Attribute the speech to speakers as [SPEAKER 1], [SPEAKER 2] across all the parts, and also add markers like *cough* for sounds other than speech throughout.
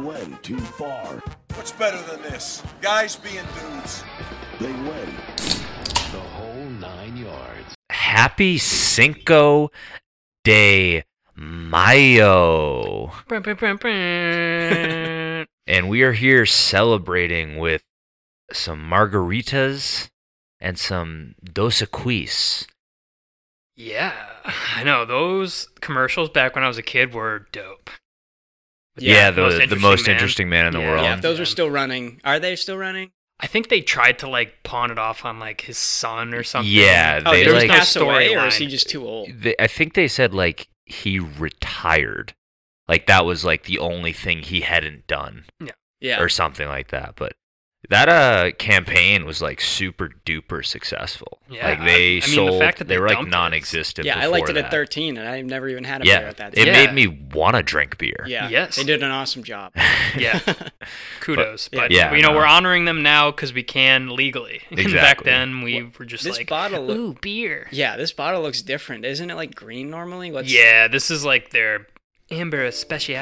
[SPEAKER 1] went too far.
[SPEAKER 2] What's better than this? Guys being dudes.
[SPEAKER 1] They went
[SPEAKER 3] The whole nine yards.
[SPEAKER 4] Happy Cinco de Mayo.
[SPEAKER 5] Brum, brum, brum, brum.
[SPEAKER 4] And we are here celebrating with some margaritas and some dos equis.
[SPEAKER 5] yeah, *sighs* I know Oh, those commercials back when I was a kid were dope. With
[SPEAKER 4] Yeah, the, the most interesting man in the
[SPEAKER 5] Yeah.
[SPEAKER 4] world.
[SPEAKER 6] yeah, if those are
[SPEAKER 5] Yeah.
[SPEAKER 6] still running, are they still running?
[SPEAKER 5] I think they tried to like pawn it off on like his son or something.
[SPEAKER 4] Yeah,
[SPEAKER 6] Oh,
[SPEAKER 4] They,
[SPEAKER 6] did he
[SPEAKER 4] like-
[SPEAKER 6] pass away, or is
[SPEAKER 5] storyline.
[SPEAKER 6] he just
[SPEAKER 4] *laughs*
[SPEAKER 6] too old?
[SPEAKER 4] They- I think they said like he retired. Like that was like the only thing he hadn't done
[SPEAKER 6] Yeah,
[SPEAKER 4] or something like that. But that uh campaign was like super duper successful.
[SPEAKER 5] Yeah,
[SPEAKER 4] like
[SPEAKER 5] I-
[SPEAKER 4] they
[SPEAKER 5] I mean, the
[SPEAKER 4] sold
[SPEAKER 5] fact that
[SPEAKER 4] they
[SPEAKER 5] they
[SPEAKER 4] were like
[SPEAKER 5] dumped it.
[SPEAKER 4] non-existent
[SPEAKER 6] yeah. I
[SPEAKER 4] before
[SPEAKER 6] liked it
[SPEAKER 4] that.
[SPEAKER 6] at 13, and I've never even had a
[SPEAKER 4] Yeah.
[SPEAKER 6] beer at that.
[SPEAKER 4] It
[SPEAKER 6] time.
[SPEAKER 5] Yeah.
[SPEAKER 4] made me want to drink beer.
[SPEAKER 6] Yeah,
[SPEAKER 5] Yes.
[SPEAKER 6] they did an
[SPEAKER 4] *laughs*
[SPEAKER 6] awesome job.
[SPEAKER 5] *laughs*
[SPEAKER 6] *laughs*
[SPEAKER 5] Yeah, kudos. But,
[SPEAKER 4] yeah,
[SPEAKER 5] you know
[SPEAKER 4] no.
[SPEAKER 5] we're honoring them now because we can legally. *laughs* And back
[SPEAKER 4] Exactly.
[SPEAKER 5] then we were just
[SPEAKER 6] this
[SPEAKER 5] like
[SPEAKER 6] bottle look-
[SPEAKER 5] ooh beer.
[SPEAKER 6] yeah, this bottle looks different, isn't it? Like green normally. Let's-
[SPEAKER 5] yeah, this is like their amber especial,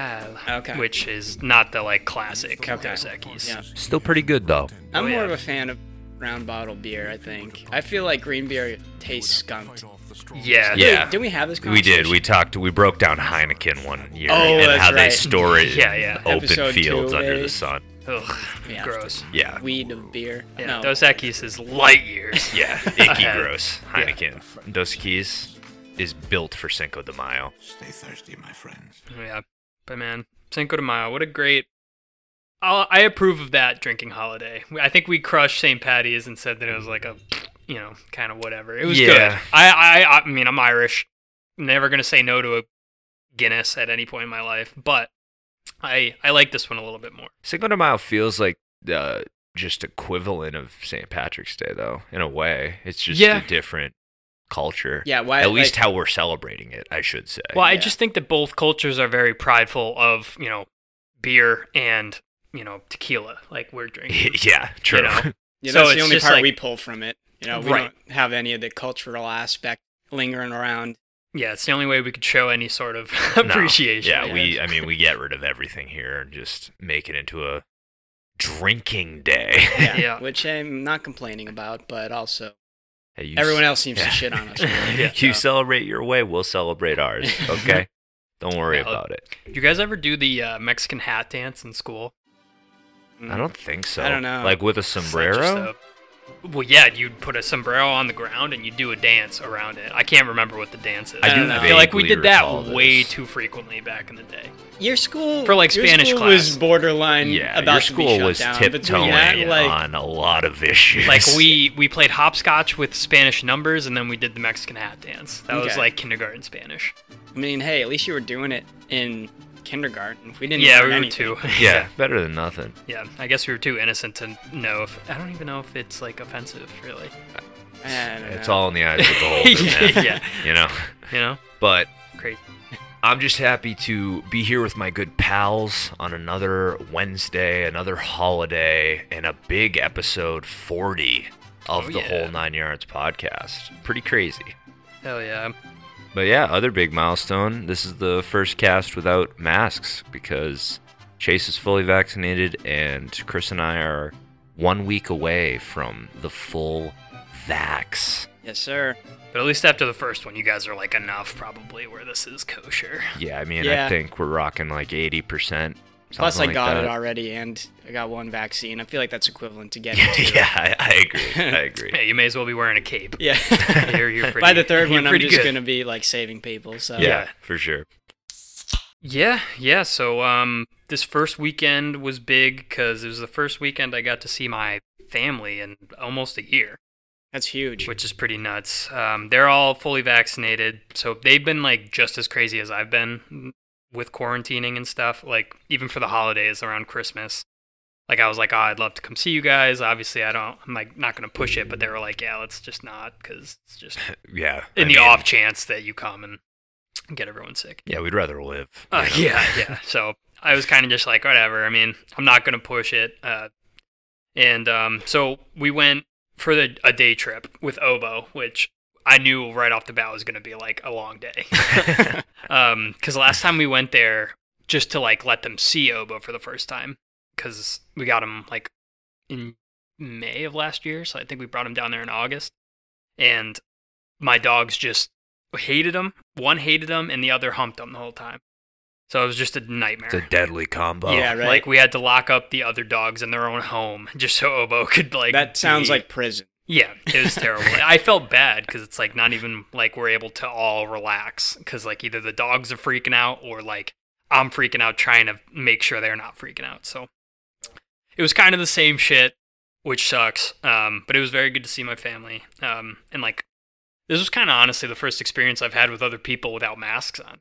[SPEAKER 6] Okay.
[SPEAKER 5] which is not the like classic
[SPEAKER 6] Okay.
[SPEAKER 5] Dos Equis.
[SPEAKER 6] Yeah.
[SPEAKER 4] Still pretty good though.
[SPEAKER 6] I'm
[SPEAKER 5] Oh,
[SPEAKER 6] more
[SPEAKER 5] yeah.
[SPEAKER 6] of a fan of round bottle beer. I think I feel like green beer tastes skunked.
[SPEAKER 5] Yeah.
[SPEAKER 4] Yeah.
[SPEAKER 6] Did we have this?
[SPEAKER 4] We did.
[SPEAKER 6] conversation?
[SPEAKER 4] We talked. We broke down Heineken one year
[SPEAKER 6] Oh,
[SPEAKER 4] and
[SPEAKER 6] that's
[SPEAKER 4] how they
[SPEAKER 6] right.
[SPEAKER 4] store it
[SPEAKER 5] Yeah,
[SPEAKER 4] in
[SPEAKER 5] yeah.
[SPEAKER 4] open
[SPEAKER 6] Episode two,
[SPEAKER 4] fields under
[SPEAKER 6] maybe.
[SPEAKER 4] the sun.
[SPEAKER 5] Ugh,
[SPEAKER 6] Yeah.
[SPEAKER 5] gross.
[SPEAKER 4] Yeah,
[SPEAKER 6] weed of beer.
[SPEAKER 5] Yeah,
[SPEAKER 6] no.
[SPEAKER 5] Dos Equis is light years.
[SPEAKER 4] *laughs*
[SPEAKER 6] *laughs*
[SPEAKER 4] yeah. Icky
[SPEAKER 5] Yeah.
[SPEAKER 4] gross. Heineken. Dos Keys is built for Cinco de Mayo.
[SPEAKER 2] Stay thirsty, my friends.
[SPEAKER 5] yeah. But man, Cinco de Mayo, what a great. I'll, I approve of that drinking holiday. We- I think we crushed St. Patty's and said that it was like a, you know, kind of whatever. It was
[SPEAKER 4] Yeah.
[SPEAKER 5] good. I, I, I mean, I'm Irish. Never gonna say no to a Guinness at any point in my life, but I, I like this one a little bit more.
[SPEAKER 4] Cinco de Mayo feels like uh, just equivalent of St. Patrick's Day, though. In a way, it's just
[SPEAKER 5] Yeah.
[SPEAKER 4] a different culture.
[SPEAKER 6] Yeah, why-
[SPEAKER 4] At least
[SPEAKER 6] like-
[SPEAKER 4] how we're celebrating it, I should say. *laughs*
[SPEAKER 5] Well, I
[SPEAKER 6] Yeah.
[SPEAKER 5] just think that both cultures are very prideful of you know beer and you know tequila, like
[SPEAKER 4] *laughs*
[SPEAKER 5] we're drinking.
[SPEAKER 4] yeah, true. *laughs*
[SPEAKER 5] You know,
[SPEAKER 6] Yeah,
[SPEAKER 5] So
[SPEAKER 6] that's the
[SPEAKER 5] it's
[SPEAKER 6] only
[SPEAKER 5] just
[SPEAKER 6] part
[SPEAKER 5] like-
[SPEAKER 6] we pull from it. You know, we
[SPEAKER 5] Right.
[SPEAKER 6] don't have any of the cultural aspect lingering around.
[SPEAKER 5] yeah, it's the only way we could show any sort of *laughs* appreciation.
[SPEAKER 4] No.
[SPEAKER 5] I
[SPEAKER 4] Yeah, we. I mean, we get rid of everything here and just make it into a drinking day. *laughs*
[SPEAKER 6] Yeah,
[SPEAKER 5] Yeah.
[SPEAKER 6] *laughs* Which I'm not complaining about, but also
[SPEAKER 4] Hey, you *laughs*
[SPEAKER 6] everyone
[SPEAKER 4] s-
[SPEAKER 6] else seems
[SPEAKER 4] yeah.
[SPEAKER 6] to shit on
[SPEAKER 4] *laughs*
[SPEAKER 6] us. really.
[SPEAKER 5] Yeah.
[SPEAKER 4] You celebrate your way, we'll celebrate ours. Okay, don't worry
[SPEAKER 5] Yeah, I'll-
[SPEAKER 4] about it.
[SPEAKER 5] Did you guys ever do the uh, Mexican hat dance in school?
[SPEAKER 6] Mm.
[SPEAKER 4] I don't think so.
[SPEAKER 6] I don't know.
[SPEAKER 4] Like with a
[SPEAKER 5] It's like just
[SPEAKER 4] sombrero.
[SPEAKER 5] a- well, yeah, you'd put a sombrero on the ground and you do a dance around it. I can't remember what the dance is.
[SPEAKER 4] I
[SPEAKER 6] I
[SPEAKER 4] do
[SPEAKER 6] don't know.
[SPEAKER 5] feel like we
[SPEAKER 4] vaguely
[SPEAKER 5] did that
[SPEAKER 4] recall
[SPEAKER 5] way
[SPEAKER 4] this.
[SPEAKER 5] too frequently back in the day.
[SPEAKER 6] Your school
[SPEAKER 5] For, like,
[SPEAKER 6] your
[SPEAKER 5] Spanish
[SPEAKER 6] school
[SPEAKER 5] class.
[SPEAKER 6] was borderline
[SPEAKER 4] Yeah,
[SPEAKER 6] about
[SPEAKER 4] your
[SPEAKER 6] to be
[SPEAKER 4] school
[SPEAKER 6] shut
[SPEAKER 4] was
[SPEAKER 6] down.
[SPEAKER 4] tiptoeing
[SPEAKER 6] Between that, like,
[SPEAKER 4] on a lot of issues.
[SPEAKER 5] Like we we played hopscotch with Spanish numbers and then we did the Mexican hat dance. That was
[SPEAKER 6] Okay.
[SPEAKER 5] like kindergarten Spanish.
[SPEAKER 6] I mean, hey, at least you were doing it in kindergarten. We didn't.
[SPEAKER 5] Yeah,
[SPEAKER 6] learn
[SPEAKER 5] we were too.
[SPEAKER 6] anything.
[SPEAKER 4] *laughs*
[SPEAKER 5] *laughs*
[SPEAKER 4] yeah, better than nothing.
[SPEAKER 5] Yeah, I guess we were too innocent to know if I don't even know if it's like offensive, really.
[SPEAKER 6] I don't
[SPEAKER 4] It's
[SPEAKER 6] know.
[SPEAKER 4] all in the eyes of
[SPEAKER 6] *laughs*
[SPEAKER 4] the beholder, man.
[SPEAKER 5] yeah,
[SPEAKER 4] You know,
[SPEAKER 5] you know,
[SPEAKER 4] but
[SPEAKER 5] crazy.
[SPEAKER 4] I'm just happy to be here with my good pals on another Wednesday, another holiday, and a big episode 40 of
[SPEAKER 5] Oh,
[SPEAKER 4] the
[SPEAKER 5] yeah.
[SPEAKER 4] Whole Nine Yards podcast. Pretty crazy.
[SPEAKER 5] Hell yeah.
[SPEAKER 4] But yeah, other big milestone. This is the first cast without masks because Chase is fully vaccinated and Chris and I are one week away from the full vax.
[SPEAKER 6] Yes, sir.
[SPEAKER 5] But at least after the first one, you guys are like enough probably where this is kosher.
[SPEAKER 4] Yeah, I mean, I
[SPEAKER 6] Yeah.
[SPEAKER 4] think we're rocking like 80%.
[SPEAKER 6] Plus, I
[SPEAKER 4] something like
[SPEAKER 6] got
[SPEAKER 4] that. *laughs*
[SPEAKER 6] it already, and I got one vaccine. I feel like that's equivalent to getting.
[SPEAKER 4] yeah,
[SPEAKER 6] two.
[SPEAKER 4] yeah, I, I agree. I agree.
[SPEAKER 5] Yeah, you may as well be wearing a cape. *laughs*
[SPEAKER 4] *laughs*
[SPEAKER 6] Yeah. *laughs*
[SPEAKER 5] You're- you're pretty-
[SPEAKER 6] By the third
[SPEAKER 5] you're
[SPEAKER 6] one, I'm
[SPEAKER 5] pretty
[SPEAKER 6] just
[SPEAKER 5] good.
[SPEAKER 6] gonna be like saving people. So
[SPEAKER 4] yeah, for sure.
[SPEAKER 5] Yeah, yeah. So um, this first weekend was big because it was the first weekend I got to see my family in almost a year.
[SPEAKER 6] that's huge.
[SPEAKER 5] which is pretty nuts. Um, they're all fully vaccinated, so they've been like just as crazy as I've been with quarantining and stuff. Like even for the holidays around Christmas, like I was like, oh, I'd love to come see you guys. Obviously, I don't. I'm like not gonna push it, but they were like, yeah, let's just not, because it's just
[SPEAKER 4] Yeah.
[SPEAKER 5] in
[SPEAKER 4] I
[SPEAKER 5] the
[SPEAKER 4] mean,
[SPEAKER 5] off chance that you come and get everyone sick.
[SPEAKER 4] Yeah, we'd rather live.
[SPEAKER 5] Uh,
[SPEAKER 4] you know?
[SPEAKER 5] yeah, yeah. So I was kind of just like, whatever. I mean, I'm not gonna push it. Uh, and um, so we went for the, a day trip with Obo, which I knew *laughs* right off the bat was gonna be like a long day. Um, 'cause because last time we went there, just to like let them see Obo for the first time because we got him like in May of last year, so I think we brought him down there in August, and my dogs just hated him. One hated him, and the other humped him the whole time. So it was just a nightmare.
[SPEAKER 4] It's a deadly combo.
[SPEAKER 6] Yeah, right.
[SPEAKER 5] Like we had to lock up the other dogs in their own home just so Obo could like.
[SPEAKER 6] that sounds
[SPEAKER 5] be-
[SPEAKER 6] like prison.
[SPEAKER 5] yeah, it was terrible. I felt bad because it's like not even like we're able to all relax because like either the dogs are freaking out or like I'm freaking out trying to make sure they're not freaking out. So it was kind of the same shit, which sucks. Um, but it was very good to see my family. Um, and like this was kind of honestly the first experience I've had with other people without masks on,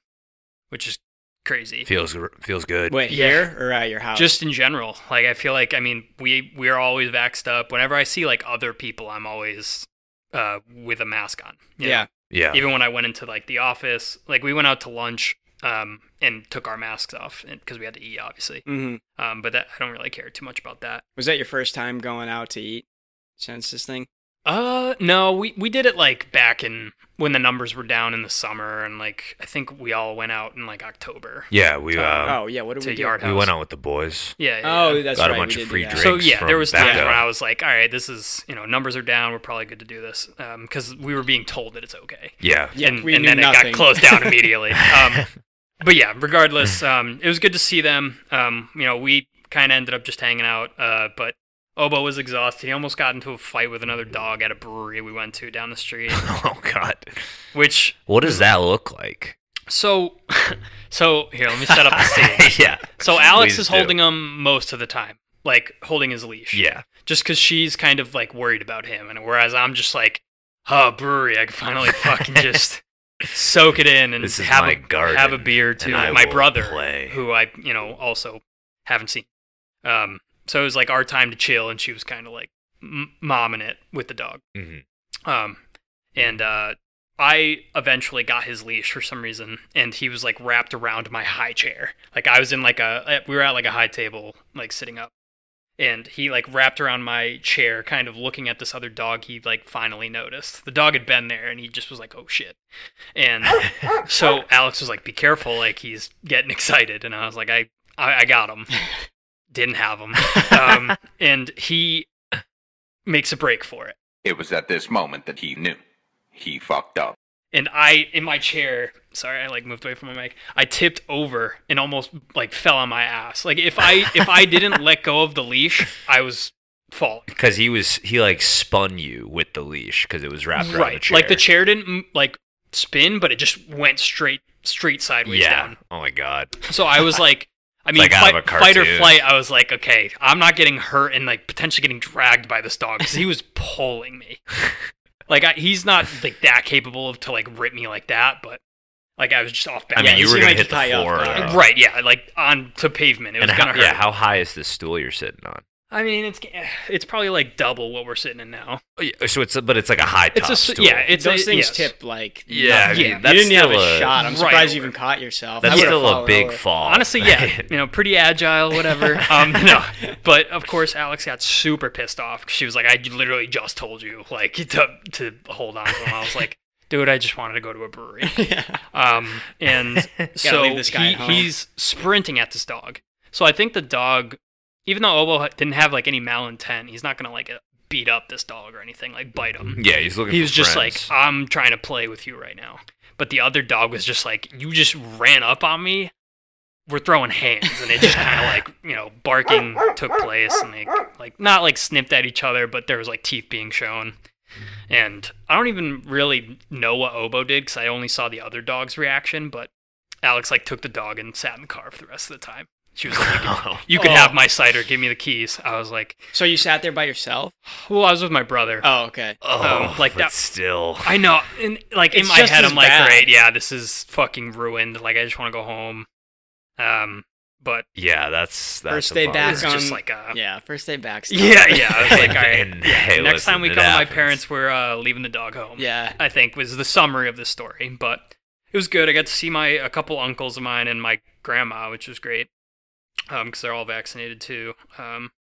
[SPEAKER 5] which is crazy.
[SPEAKER 4] Feels gr- feels good.
[SPEAKER 6] Wait,
[SPEAKER 5] Yeah.
[SPEAKER 6] here or at your house?
[SPEAKER 5] Just in general, like I feel like I mean we we're always vaxxed up. Whenever I see like other people, I'm always uh, with a mask on. you
[SPEAKER 6] yeah.
[SPEAKER 4] Yeah.
[SPEAKER 5] know? Even when I went into like the office, like we went out to lunch um, and took our masks off because we had to eat, obviously.
[SPEAKER 6] hmm
[SPEAKER 5] Um, but that I don't really care too much about that.
[SPEAKER 6] Was that your first time going out to eat since this thing?
[SPEAKER 5] Uh, no, we we did it like back in when the numbers were down in the summer, and like I think we all went out in like October.
[SPEAKER 4] yeah, we uh,
[SPEAKER 6] oh yeah, what did
[SPEAKER 5] to
[SPEAKER 6] we do?
[SPEAKER 5] yard
[SPEAKER 4] we went out with the boys.
[SPEAKER 5] Yeah. yeah, yeah.
[SPEAKER 6] Oh, that's
[SPEAKER 4] Got a
[SPEAKER 6] right.
[SPEAKER 4] bunch
[SPEAKER 6] we
[SPEAKER 4] of
[SPEAKER 6] did
[SPEAKER 4] free
[SPEAKER 6] do that.
[SPEAKER 4] drinks.
[SPEAKER 5] So yeah,
[SPEAKER 4] from
[SPEAKER 5] there was times
[SPEAKER 4] Becca.
[SPEAKER 5] when I was like, all right, this is you know numbers are down. We're probably good to do this because we were being told that it's okay.
[SPEAKER 4] Yeah.
[SPEAKER 6] Yeah,
[SPEAKER 5] and,
[SPEAKER 6] we
[SPEAKER 5] and
[SPEAKER 6] knew
[SPEAKER 5] then it
[SPEAKER 6] nothing.
[SPEAKER 5] got closed
[SPEAKER 4] *laughs*
[SPEAKER 5] down immediately. Um, but yeah, regardless, um, it was good to see them. Um, you know, we kind of ended up just hanging out, uh, but Obo was exhausted. He almost got into a fight with another dog at a brewery we went to down
[SPEAKER 4] *laughs*
[SPEAKER 5] the street, *laughs*
[SPEAKER 4] Oh god.
[SPEAKER 5] which
[SPEAKER 4] What does that look like?
[SPEAKER 5] so *laughs* so here, let me set up the
[SPEAKER 4] *laughs*
[SPEAKER 5] scene.
[SPEAKER 4] yeah.
[SPEAKER 5] So Alex
[SPEAKER 4] Please
[SPEAKER 5] is
[SPEAKER 4] do.
[SPEAKER 5] holding him most of the time, like holding his leash.
[SPEAKER 4] Yeah.
[SPEAKER 5] just because she's kind of like worried about him, and whereas I'm just like, oh, brewery, I can finally
[SPEAKER 4] *laughs*
[SPEAKER 5] fucking just soak it in and
[SPEAKER 4] This is
[SPEAKER 5] have
[SPEAKER 4] my
[SPEAKER 5] a
[SPEAKER 4] garden,
[SPEAKER 5] have a beer too.
[SPEAKER 4] and I
[SPEAKER 5] my
[SPEAKER 4] will
[SPEAKER 5] brother,
[SPEAKER 4] play.
[SPEAKER 5] who I you know also haven't seen, um, so it was like our time to chill, and she was kind of like m- momming it with the dog,
[SPEAKER 4] Mhm.
[SPEAKER 5] um, and uh, I eventually got his leash for some reason, and he was like wrapped around my high chair. Like I was in like a eh, we were at like a high table, like sitting up, and he like wrapped around my chair, kind of looking at this other dog. He like finally noticed the dog had been there, and he just was like, "Oh shit!" And so Alex was like, "Be careful!" Like he's getting excited, and I was like, "I I, I got him." Didn't have him, um, and he makes a break for it.
[SPEAKER 7] It was at this moment that he knew. He fucked up.
[SPEAKER 5] and I in my chair. Sorry, I like moved away from my mic. I tipped over and almost like fell on my ass. Like if I if
[SPEAKER 4] *laughs*
[SPEAKER 5] I didn't let go of the leash, I was falling.
[SPEAKER 4] Because he was he like spun you with the leash because it was wrapped around the chair.
[SPEAKER 5] like the chair didn't mm, like spin, but it just went straight straight sideways
[SPEAKER 4] Yeah.
[SPEAKER 5] down.
[SPEAKER 4] Oh my god.
[SPEAKER 5] So I was like, I mean,
[SPEAKER 4] like out of
[SPEAKER 5] fight,
[SPEAKER 4] a
[SPEAKER 5] fight or
[SPEAKER 4] cartoon.
[SPEAKER 5] flight. I was like, okay, I'm not getting hurt and like potentially getting dragged by this dog because he was pulling me. Like I, he's not like that capable of to like rip me like that, but like I was just off
[SPEAKER 4] I
[SPEAKER 5] balance.
[SPEAKER 4] mean,
[SPEAKER 6] you
[SPEAKER 4] you were
[SPEAKER 6] seem
[SPEAKER 4] gonna
[SPEAKER 6] like
[SPEAKER 4] hit
[SPEAKER 6] you
[SPEAKER 4] the
[SPEAKER 6] tie up,
[SPEAKER 4] floor.
[SPEAKER 6] uh,
[SPEAKER 4] uh,
[SPEAKER 5] Right, yeah, like on to pavement. It was
[SPEAKER 4] And
[SPEAKER 5] gonna
[SPEAKER 4] how,
[SPEAKER 5] hurt.
[SPEAKER 4] yeah, how high is this stool you're sitting on?
[SPEAKER 5] I mean, it's eh, it's probably like double what we're sitting in now.
[SPEAKER 4] Oh, yeah, So it's a, but it's like a high top
[SPEAKER 5] It's a s-
[SPEAKER 4] stool.
[SPEAKER 5] yeah, it's
[SPEAKER 6] Those
[SPEAKER 5] a,
[SPEAKER 6] things
[SPEAKER 5] yes.
[SPEAKER 6] tip like
[SPEAKER 4] yeah. I
[SPEAKER 6] nothing.
[SPEAKER 4] mean,
[SPEAKER 5] yeah. You
[SPEAKER 4] That's
[SPEAKER 6] you didn't
[SPEAKER 4] still
[SPEAKER 6] have a, shot. I'm
[SPEAKER 5] right
[SPEAKER 6] surprised you
[SPEAKER 5] over.
[SPEAKER 6] even caught yourself. I
[SPEAKER 4] That's
[SPEAKER 6] would've
[SPEAKER 4] still a
[SPEAKER 6] fallen
[SPEAKER 4] big
[SPEAKER 6] over.
[SPEAKER 4] fall.
[SPEAKER 5] Honestly, yeah, *laughs* you know, pretty agile, whatever. Um, no, but of course, Alex got super pissed off. 'cause She was like, "I literally just told you, like, to to hold on to him." I was like, "Dude, I just wanted to go to a brewery."
[SPEAKER 6] *laughs*
[SPEAKER 5] Um, and so
[SPEAKER 6] leave this guy
[SPEAKER 5] he-
[SPEAKER 6] at home.
[SPEAKER 5] he's sprinting at this dog. So I think the dog, even though Obo ha- didn't have like any malintent, he's not gonna like beat up this dog or anything, like bite him.
[SPEAKER 4] *laughs* yeah, he's looking.
[SPEAKER 5] he
[SPEAKER 4] for
[SPEAKER 5] was just
[SPEAKER 4] friends. *laughs*
[SPEAKER 5] like, *laughs* I'm trying to play with you right now. But the other dog was just like, You just ran up on me. We're throwing hands. And it
[SPEAKER 4] *laughs*
[SPEAKER 5] just kind of like, you know, barking took place and they like, not like snipped at each other, but there was like teeth being shown. And I don't even really know what Obo did because I only saw the other dog's reaction. But Alex like took the dog and sat in the car for the rest of the time.
[SPEAKER 4] *laughs*
[SPEAKER 5] She was like, You can, you can
[SPEAKER 6] Oh.
[SPEAKER 5] have my cider. Give me the keys. I was like,
[SPEAKER 6] So you sat there by yourself?
[SPEAKER 5] Well, I was with my brother.
[SPEAKER 6] Oh, okay.
[SPEAKER 4] oh,
[SPEAKER 5] um, like
[SPEAKER 4] but
[SPEAKER 5] that-
[SPEAKER 4] Still,
[SPEAKER 5] I know, and like in
[SPEAKER 6] It's
[SPEAKER 5] my
[SPEAKER 6] just
[SPEAKER 5] head,
[SPEAKER 6] as
[SPEAKER 5] I'm like,
[SPEAKER 6] bad.
[SPEAKER 5] great, yeah, this is fucking ruined. Like, I just want to go home. Um, but
[SPEAKER 4] yeah, that's that's
[SPEAKER 6] First
[SPEAKER 4] a
[SPEAKER 6] day
[SPEAKER 4] bummer.
[SPEAKER 6] back
[SPEAKER 5] it's
[SPEAKER 6] on-
[SPEAKER 5] just like a
[SPEAKER 6] Yeah, first
[SPEAKER 4] *laughs*
[SPEAKER 6] day back.
[SPEAKER 5] *laughs*
[SPEAKER 6] stuff.
[SPEAKER 5] yeah, yeah. I was
[SPEAKER 6] *laughs*
[SPEAKER 5] like, all right,
[SPEAKER 4] And,
[SPEAKER 5] yeah,
[SPEAKER 4] hey,
[SPEAKER 5] next
[SPEAKER 4] listen,
[SPEAKER 5] time we
[SPEAKER 4] it
[SPEAKER 5] call my
[SPEAKER 4] happens.
[SPEAKER 5] parents, we're uh, leaving the dog home.
[SPEAKER 6] Yeah.
[SPEAKER 5] I think was the summary of the story, but it was good. I got to see my a couple uncles of mine and my grandma, which was great, um, because they're all vaccinated too. Um,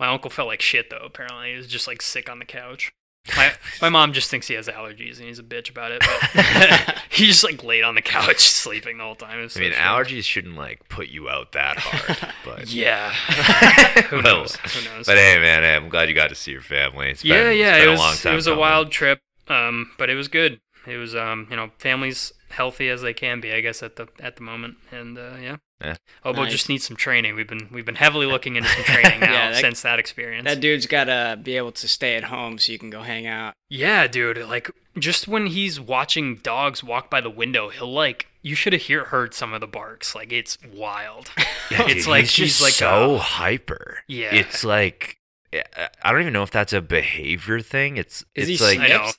[SPEAKER 5] my uncle felt like shit though. Apparently, he was just like sick on the couch. My my mom just thinks he has allergies and he's a bitch about
[SPEAKER 4] *laughs*
[SPEAKER 5] it. But *laughs* he's just like laid on the couch *laughs* sleeping the whole time. It was
[SPEAKER 4] I
[SPEAKER 5] so
[SPEAKER 4] mean,
[SPEAKER 5] strange.
[SPEAKER 4] allergies shouldn't like put you out that hard,
[SPEAKER 5] *laughs*
[SPEAKER 4] but *laughs*
[SPEAKER 5] Yeah. Who
[SPEAKER 4] Well,
[SPEAKER 5] knows? Who knows?
[SPEAKER 4] But hey, man, hey, I'm glad you got to see your family. It's
[SPEAKER 5] yeah,
[SPEAKER 4] been,
[SPEAKER 5] yeah.
[SPEAKER 4] it's been
[SPEAKER 5] It
[SPEAKER 4] a long
[SPEAKER 5] was
[SPEAKER 4] time.
[SPEAKER 5] it was a
[SPEAKER 4] coming.
[SPEAKER 5] wild trip, um, but it was good. It was um, you know, families healthy as they can be, I guess at the at the moment, and uh, yeah.
[SPEAKER 4] Yeah.
[SPEAKER 5] Obo
[SPEAKER 6] Nice.
[SPEAKER 5] just needs some training. We've been we've been heavily looking into some
[SPEAKER 6] *laughs*
[SPEAKER 5] training now
[SPEAKER 6] Yeah, that-
[SPEAKER 5] since that experience.
[SPEAKER 6] That dude's gotta be able to stay at home so you can go hang out.
[SPEAKER 5] Yeah, dude. Like, just when he's watching dogs walk by the window, he'll like. You should have hear, heard some of the barks. Like, it's
[SPEAKER 6] *laughs*
[SPEAKER 5] wild.
[SPEAKER 4] Yeah,
[SPEAKER 5] it's
[SPEAKER 4] dude,
[SPEAKER 5] like
[SPEAKER 4] he's
[SPEAKER 5] he's,
[SPEAKER 4] just
[SPEAKER 5] like
[SPEAKER 4] so
[SPEAKER 5] a-
[SPEAKER 4] hyper.
[SPEAKER 5] Yeah.
[SPEAKER 4] it's like I- I don't even know if that's a behavior thing. It's
[SPEAKER 6] Is
[SPEAKER 4] it's
[SPEAKER 6] he
[SPEAKER 4] like
[SPEAKER 5] I know.
[SPEAKER 6] snipped?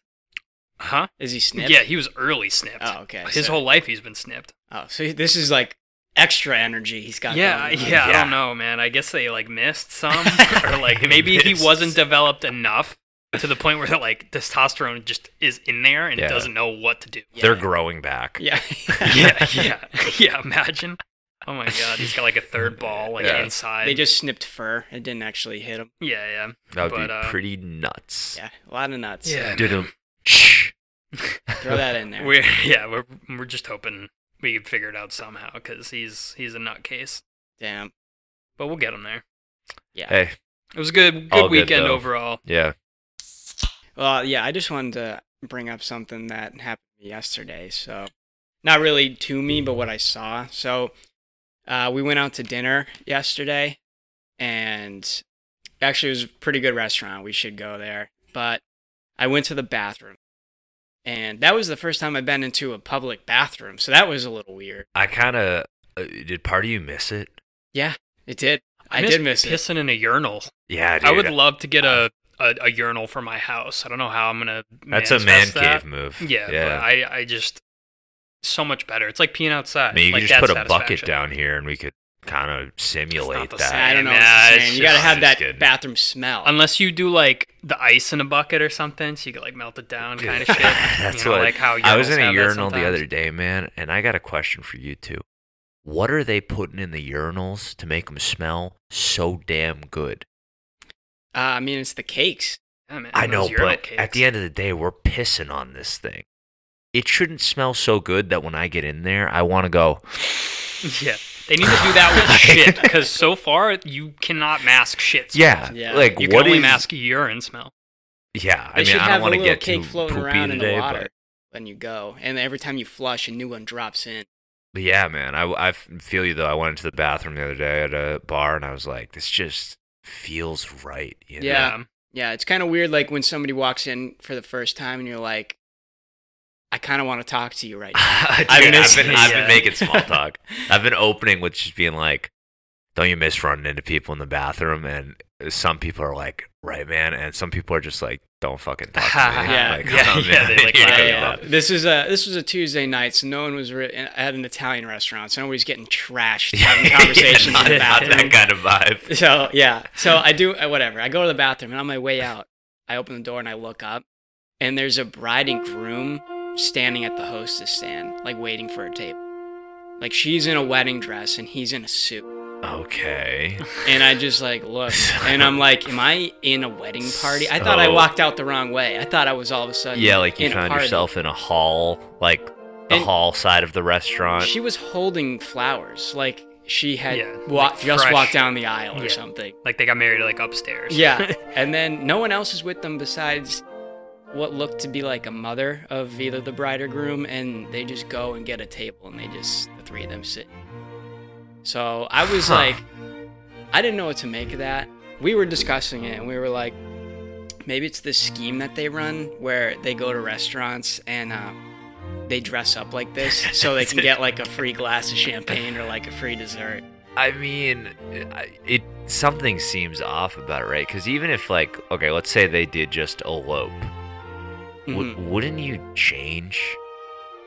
[SPEAKER 5] Huh?
[SPEAKER 6] Is he snipped?
[SPEAKER 5] Yeah, he was early snipped.
[SPEAKER 6] Oh, okay,
[SPEAKER 5] His
[SPEAKER 6] so-
[SPEAKER 5] whole life he's been snipped.
[SPEAKER 6] Oh, so this is like extra energy he's got.
[SPEAKER 5] Yeah,
[SPEAKER 6] going on.
[SPEAKER 5] yeah, I
[SPEAKER 4] Yeah.
[SPEAKER 5] don't know, man. I guess they like
[SPEAKER 4] *laughs*
[SPEAKER 5] missed some, or like
[SPEAKER 4] They
[SPEAKER 5] maybe he
[SPEAKER 4] missed.
[SPEAKER 5] wasn't developed enough to the point where like testosterone just is in there and
[SPEAKER 4] Yeah.
[SPEAKER 5] it doesn't know what to do.
[SPEAKER 4] they're growing back. *laughs*
[SPEAKER 6] Yeah. *laughs*
[SPEAKER 5] *laughs* yeah, yeah, yeah. Imagine. Oh my god, he's got like a
[SPEAKER 4] *laughs*
[SPEAKER 5] third ball like
[SPEAKER 4] Yeah.
[SPEAKER 5] inside.
[SPEAKER 6] they just snipped fur. It didn't actually hit him.
[SPEAKER 5] yeah, yeah.
[SPEAKER 4] that would
[SPEAKER 5] but,
[SPEAKER 4] be
[SPEAKER 5] uh,
[SPEAKER 4] pretty nuts. um,
[SPEAKER 6] Yeah, a lot of nuts.
[SPEAKER 5] Yeah,
[SPEAKER 4] Did
[SPEAKER 6] Throw that in there.
[SPEAKER 5] uh, We're yeah, we're we're just hoping we could figure it out somehow because he's he's a nutcase,
[SPEAKER 6] Damn.
[SPEAKER 5] but we'll get him there.
[SPEAKER 4] *sniffs* Hey,
[SPEAKER 5] It was a good good
[SPEAKER 4] All good,
[SPEAKER 5] weekend
[SPEAKER 4] though.
[SPEAKER 5] overall.
[SPEAKER 4] yeah,
[SPEAKER 6] Well, yeah, I just wanted to bring up something that happened to me yesterday. So, not really to me, but what I saw. So, uh, we went out to dinner yesterday, and actually, it was a pretty good restaurant. We should go there. But I went to the bathroom, and that was the first time I've been into a public bathroom. So, that was a little weird.
[SPEAKER 4] I kind of uh, did. Part of you miss it?
[SPEAKER 6] It did. I,
[SPEAKER 5] miss
[SPEAKER 6] did miss it.
[SPEAKER 5] pissing in a urinal.
[SPEAKER 4] Yeah, dude.
[SPEAKER 5] I would love to get a, a a urinal for my house. I don't know how I'm gonna.
[SPEAKER 4] That's a man
[SPEAKER 5] manifest that.
[SPEAKER 4] cave move.
[SPEAKER 5] Yeah,
[SPEAKER 4] yeah.
[SPEAKER 5] But I I just so much better. It's like peeing outside.
[SPEAKER 4] I mean, you
[SPEAKER 5] like
[SPEAKER 4] could just
[SPEAKER 5] that
[SPEAKER 4] put a bucket
[SPEAKER 5] satisfaction.
[SPEAKER 4] down here, and we could kind of simulate
[SPEAKER 5] the
[SPEAKER 4] that.
[SPEAKER 5] same.
[SPEAKER 6] I don't know.
[SPEAKER 5] Nah,
[SPEAKER 6] what I'm
[SPEAKER 5] it's
[SPEAKER 6] saying. You
[SPEAKER 5] just-
[SPEAKER 6] got to
[SPEAKER 4] I'm
[SPEAKER 6] have
[SPEAKER 4] just
[SPEAKER 6] that
[SPEAKER 4] kidding.
[SPEAKER 6] bathroom smell.
[SPEAKER 5] Unless you do like the ice in a bucket or something, so you could like melt it down, kind
[SPEAKER 4] *laughs*
[SPEAKER 5] of shit.
[SPEAKER 4] That's
[SPEAKER 5] you know,
[SPEAKER 4] what
[SPEAKER 5] like how
[SPEAKER 4] I was
[SPEAKER 5] urinals
[SPEAKER 4] in a
[SPEAKER 5] have that
[SPEAKER 4] urinal the
[SPEAKER 5] sometimes.
[SPEAKER 4] other day, man, and I got a question for you two. What are they putting in the urinals to make them smell so damn good?
[SPEAKER 6] uh, I mean, it's the cakes.
[SPEAKER 5] Yeah, man,
[SPEAKER 4] I know,
[SPEAKER 5] those urinal
[SPEAKER 4] but at the
[SPEAKER 5] cakes.
[SPEAKER 4] end of the day, we're pissing on this thing. It shouldn't smell so good that when I get in there, I want to go.
[SPEAKER 5] *laughs* Yeah, they need to do that
[SPEAKER 4] *laughs*
[SPEAKER 5] with shit because so far you cannot mask shit. smells.
[SPEAKER 4] Yeah,
[SPEAKER 6] Yeah.
[SPEAKER 4] like
[SPEAKER 5] you can
[SPEAKER 4] what
[SPEAKER 5] only
[SPEAKER 4] is-
[SPEAKER 5] mask urine smell.
[SPEAKER 4] Yeah,
[SPEAKER 6] They
[SPEAKER 4] I mean,
[SPEAKER 6] should
[SPEAKER 4] I don't
[SPEAKER 6] have a
[SPEAKER 4] want to
[SPEAKER 6] little
[SPEAKER 4] get
[SPEAKER 6] cake
[SPEAKER 4] too
[SPEAKER 6] floating
[SPEAKER 4] poopy
[SPEAKER 6] around in
[SPEAKER 4] today,
[SPEAKER 6] the
[SPEAKER 4] but-
[SPEAKER 6] water when you go, and every time you flush, a new one drops in.
[SPEAKER 4] But yeah, man, I, I f- feel you though. I went into the bathroom the other day at a bar, and I was like, this just feels right. You know? *laughs*
[SPEAKER 6] Yeah. Yeah, it's kind of weird, like when somebody walks in for the first time, and you're like, "I kind of want to talk
[SPEAKER 4] *laughs*
[SPEAKER 6] to you right now."
[SPEAKER 4] Dude,
[SPEAKER 5] miss
[SPEAKER 4] I've been,
[SPEAKER 5] this.
[SPEAKER 4] I've
[SPEAKER 5] Yeah.
[SPEAKER 4] been making small talk. I've been opening with just being like, don't you miss running into people in the bathroom? And some people are like, right, man. And some people are just like, don't fucking talk to
[SPEAKER 6] *laughs*
[SPEAKER 4] me.
[SPEAKER 5] Yeah.
[SPEAKER 4] Like,
[SPEAKER 5] Yeah,
[SPEAKER 4] "Oh,
[SPEAKER 5] yeah,
[SPEAKER 4] man, *laughs*
[SPEAKER 5] they, like,
[SPEAKER 4] here
[SPEAKER 5] laugh
[SPEAKER 4] we
[SPEAKER 5] it
[SPEAKER 4] go."
[SPEAKER 5] up.
[SPEAKER 6] This is a this was a Tuesday night, so no one was re- at an Italian restaurant, so nobody's getting trashed *laughs*
[SPEAKER 4] *laughs*
[SPEAKER 6] having
[SPEAKER 4] Yeah,
[SPEAKER 6] conversations
[SPEAKER 4] not,
[SPEAKER 6] in the
[SPEAKER 4] not
[SPEAKER 6] bathroom.
[SPEAKER 4] that kind of vibe.
[SPEAKER 6] So yeah, so I do uh, whatever. I go to the bathroom, and on my way out, I open the door and I look up, and there's a bride and groom standing at the hostess stand, like waiting for a table. Like she's in a wedding dress and he's in a suit, *laughs*
[SPEAKER 4] Okay.
[SPEAKER 6] and I just like look, and I'm like, am I in a wedding party? I thought I
[SPEAKER 4] So-
[SPEAKER 6] walked out the wrong way. I thought I was all of a sudden
[SPEAKER 4] Yeah, like you
[SPEAKER 6] in a
[SPEAKER 4] found
[SPEAKER 6] party.
[SPEAKER 4] yourself in a hall, like the
[SPEAKER 6] And-
[SPEAKER 4] hall side of the restaurant.
[SPEAKER 6] She was holding flowers, like she had
[SPEAKER 5] Yeah,
[SPEAKER 6] wa-
[SPEAKER 5] like
[SPEAKER 6] just
[SPEAKER 5] fresh.
[SPEAKER 6] walked down the aisle or
[SPEAKER 5] Yeah.
[SPEAKER 6] something.
[SPEAKER 5] Like they got married like upstairs. *laughs*
[SPEAKER 6] Yeah. and then no one else is with them besides what looked to be like a mother of either the bride or groom, and they just go and get a table and they just, the three of them sit. So I was
[SPEAKER 4] Huh.
[SPEAKER 6] like, I didn't know what to make of that. We were discussing it and we were like, maybe it's this scheme that they run where they go to restaurants and uh, they dress up like this so they can get like a free glass of champagne or like a free dessert.
[SPEAKER 4] I mean, I- it something seems off about it, right? Because even if like, okay, let's say they did just elope, w-
[SPEAKER 6] Mhm.
[SPEAKER 4] wouldn't you change?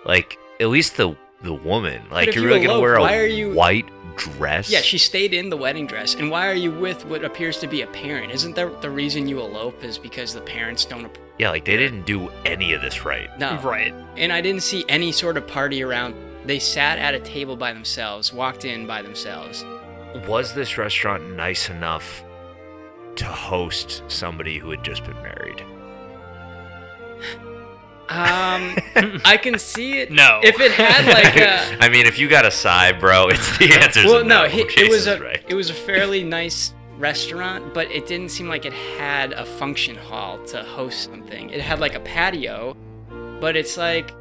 [SPEAKER 4] Like, at least the the woman, like
[SPEAKER 6] if
[SPEAKER 4] you're
[SPEAKER 6] you
[SPEAKER 4] really gonna
[SPEAKER 6] elope,
[SPEAKER 4] wear
[SPEAKER 6] why are
[SPEAKER 4] a
[SPEAKER 6] you-
[SPEAKER 4] white dress?
[SPEAKER 6] Yeah, she stayed in the wedding dress. And why are you with what appears to be a parent? Isn't that the reason you elope is because the parents don't approve?
[SPEAKER 4] yeah, like they didn't do any of this right.
[SPEAKER 6] No.
[SPEAKER 5] Right.
[SPEAKER 6] And I didn't see any sort of party around. They sat at a table by themselves, walked in by themselves.
[SPEAKER 4] Was this restaurant nice enough to host somebody who had just been married?
[SPEAKER 6] Um, I can see it.
[SPEAKER 5] No.
[SPEAKER 6] If it had like a.
[SPEAKER 4] *laughs* I mean, if you got a sigh, bro, it's
[SPEAKER 6] *laughs*
[SPEAKER 4] the answer's
[SPEAKER 6] well,
[SPEAKER 4] a
[SPEAKER 6] no,
[SPEAKER 4] no.
[SPEAKER 6] he- it
[SPEAKER 4] Chase
[SPEAKER 6] was
[SPEAKER 4] is
[SPEAKER 6] a
[SPEAKER 4] right.
[SPEAKER 6] it was a fairly nice restaurant, but it didn't seem like it had a function hall to host something. It had like a patio, but it's like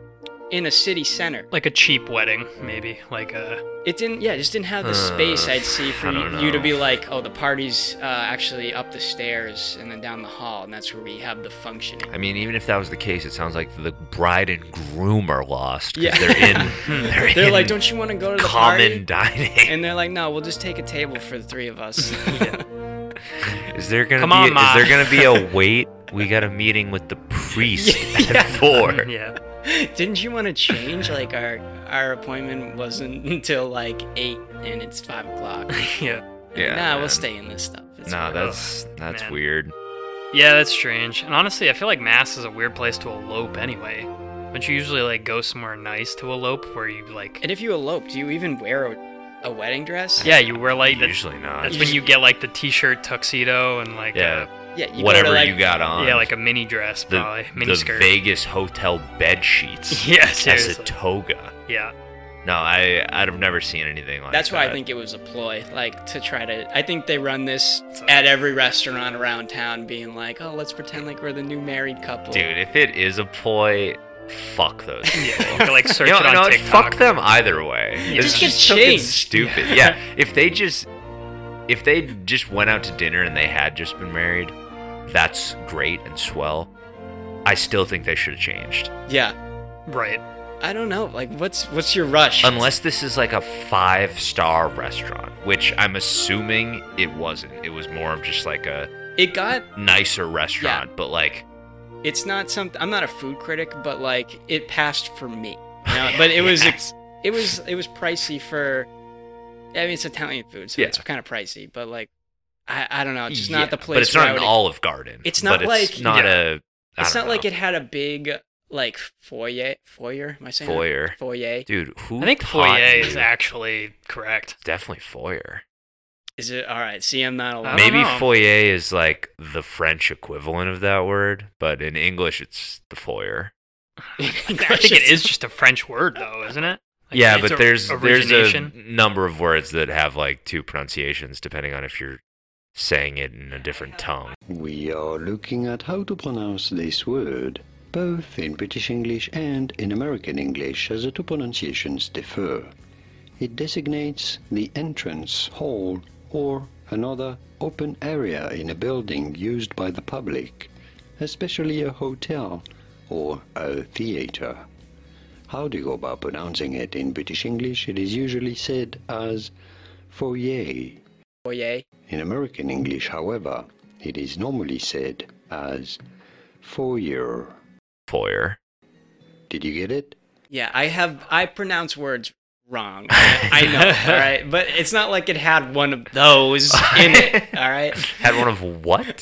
[SPEAKER 6] in a city center.
[SPEAKER 5] Like a cheap wedding, maybe. Like a
[SPEAKER 6] It didn't, yeah, it just didn't have the space
[SPEAKER 4] Uh,
[SPEAKER 6] I'd see for
[SPEAKER 4] I
[SPEAKER 6] you,
[SPEAKER 4] don't
[SPEAKER 6] you to
[SPEAKER 4] know.
[SPEAKER 6] be like, oh, the party's uh, actually up the stairs and then down the hall, and that's where we have the functioning.
[SPEAKER 4] I mean, even if that was the case, it sounds like the bride and groom are lost. 'cause
[SPEAKER 6] Yeah.
[SPEAKER 4] they're in. They're,
[SPEAKER 6] They're
[SPEAKER 4] in
[SPEAKER 6] like, don't you want to go to the
[SPEAKER 4] common
[SPEAKER 6] party? *laughs*
[SPEAKER 4] dining.
[SPEAKER 6] and they're like, no, we'll just take a table for the three of
[SPEAKER 4] *laughs*
[SPEAKER 6] us.
[SPEAKER 4] Is there gonna
[SPEAKER 5] Come
[SPEAKER 4] be?
[SPEAKER 5] on,
[SPEAKER 4] is
[SPEAKER 5] Ma.
[SPEAKER 4] there gonna be a wait? We got a meeting with the priest at four.
[SPEAKER 5] *laughs* yeah.
[SPEAKER 6] *laughs* Didn't you want to change? Like our our appointment wasn't *laughs* until like eight, and it's five o'clock.
[SPEAKER 5] Yeah.
[SPEAKER 4] *laughs* Yeah,
[SPEAKER 6] nah,
[SPEAKER 4] man.
[SPEAKER 6] we'll stay in this stuff. It's
[SPEAKER 4] Nah,
[SPEAKER 6] fine.
[SPEAKER 4] that's that's
[SPEAKER 5] man.
[SPEAKER 4] weird.
[SPEAKER 5] Yeah, that's strange. And honestly, I feel like Mass is a weird place to elope anyway. Don't you usually like go somewhere nice to elope where you like
[SPEAKER 6] And if you elope, do you even wear a, a wedding dress?
[SPEAKER 5] *laughs* Yeah, you wear like that,
[SPEAKER 4] Usually not.
[SPEAKER 5] that's when you get like the t-shirt tuxedo and like
[SPEAKER 4] yeah,
[SPEAKER 6] yeah. You
[SPEAKER 4] whatever
[SPEAKER 6] go to, like,
[SPEAKER 4] you got
[SPEAKER 5] a,
[SPEAKER 4] on.
[SPEAKER 5] yeah, like a mini dress
[SPEAKER 4] the,
[SPEAKER 5] probably, mini
[SPEAKER 4] the
[SPEAKER 5] skirt.
[SPEAKER 4] Vegas hotel bed sheets
[SPEAKER 5] *laughs* yeah,
[SPEAKER 4] as a
[SPEAKER 5] seriously.
[SPEAKER 4] toga.
[SPEAKER 5] yeah.
[SPEAKER 4] No, I I'd have never seen anything like
[SPEAKER 6] That's
[SPEAKER 4] that.
[SPEAKER 6] why I think it was a ploy, like to try to. I think they run this
[SPEAKER 5] It's a-
[SPEAKER 6] at every restaurant around town, being like, "Oh, let's pretend like we're the new married couple."
[SPEAKER 4] Dude, if it is a ploy, fuck
[SPEAKER 6] *laughs*
[SPEAKER 4] those.
[SPEAKER 5] Yeah, you can, like search
[SPEAKER 4] you know,
[SPEAKER 5] it on
[SPEAKER 4] you know what?
[SPEAKER 5] TikTok.
[SPEAKER 4] fuck them either way.
[SPEAKER 5] Yeah.
[SPEAKER 4] It's
[SPEAKER 5] Just
[SPEAKER 6] get
[SPEAKER 4] fucking
[SPEAKER 6] changed.
[SPEAKER 4] Stupid.
[SPEAKER 6] *laughs*
[SPEAKER 4] Yeah, if they just if they just went out to dinner and they had just been married, that's great and swell. I still think they should have changed.
[SPEAKER 6] Yeah,
[SPEAKER 5] Right.
[SPEAKER 6] I don't know. Like, what's what's your rush?
[SPEAKER 4] Unless this is like a five star restaurant, which I'm assuming it wasn't. It was more of just like a
[SPEAKER 6] it got
[SPEAKER 4] nicer restaurant, but like
[SPEAKER 6] it's not something i'm not a food critic but like it passed for me you know? but it was
[SPEAKER 4] Yes.
[SPEAKER 6] it was it was pricey for i mean it's italian food so it's
[SPEAKER 4] Yeah.
[SPEAKER 6] kind of pricey but like i i don't know it's just
[SPEAKER 4] yeah,
[SPEAKER 6] not the place
[SPEAKER 4] But it's
[SPEAKER 6] where
[SPEAKER 4] not
[SPEAKER 6] I
[SPEAKER 4] an
[SPEAKER 6] would-
[SPEAKER 4] Olive Garden.
[SPEAKER 6] It's not
[SPEAKER 4] but it's
[SPEAKER 6] like-
[SPEAKER 4] not
[SPEAKER 5] Yeah.
[SPEAKER 4] a. I
[SPEAKER 6] it's
[SPEAKER 4] don't
[SPEAKER 6] not like
[SPEAKER 4] know.
[SPEAKER 6] it had a big like foyer foyer am i saying that?
[SPEAKER 4] Foyer.
[SPEAKER 6] foyer
[SPEAKER 4] Dude, who
[SPEAKER 5] I think
[SPEAKER 4] taught
[SPEAKER 5] foyer
[SPEAKER 4] you?
[SPEAKER 5] is actually correct.
[SPEAKER 4] *laughs* definitely foyer.
[SPEAKER 6] is it all right see i'm not
[SPEAKER 5] *laughs* don't
[SPEAKER 6] alone *laughs*
[SPEAKER 4] Maybe
[SPEAKER 5] know.
[SPEAKER 4] foyer is like the French equivalent of that word, but in English it's the foyer.
[SPEAKER 5] I think it is just a French word though, isn't it? Like,
[SPEAKER 4] yeah,
[SPEAKER 5] it's
[SPEAKER 4] but
[SPEAKER 5] or-
[SPEAKER 4] there's there's a
[SPEAKER 5] origination.
[SPEAKER 4] number of words that have like two pronunciations depending on if you're saying it in a different tongue.
[SPEAKER 8] We are looking at how to pronounce this word, both in British English and in American English, as the two pronunciations differ. It designates the entrance, hall, or another open area in a building used by the public, especially a hotel or a theater. How do you go about pronouncing it in British English? It is usually said as foyer.
[SPEAKER 6] *laughs* foyer
[SPEAKER 8] In American English, however, it is normally said as foyer.
[SPEAKER 4] Foyer.
[SPEAKER 8] Did you get it?
[SPEAKER 6] yeah i have i pronounce words wrong
[SPEAKER 5] *laughs*
[SPEAKER 6] i know all right but it's not like it had one of
[SPEAKER 5] *laughs*
[SPEAKER 6] those in it all right
[SPEAKER 4] Had one of what?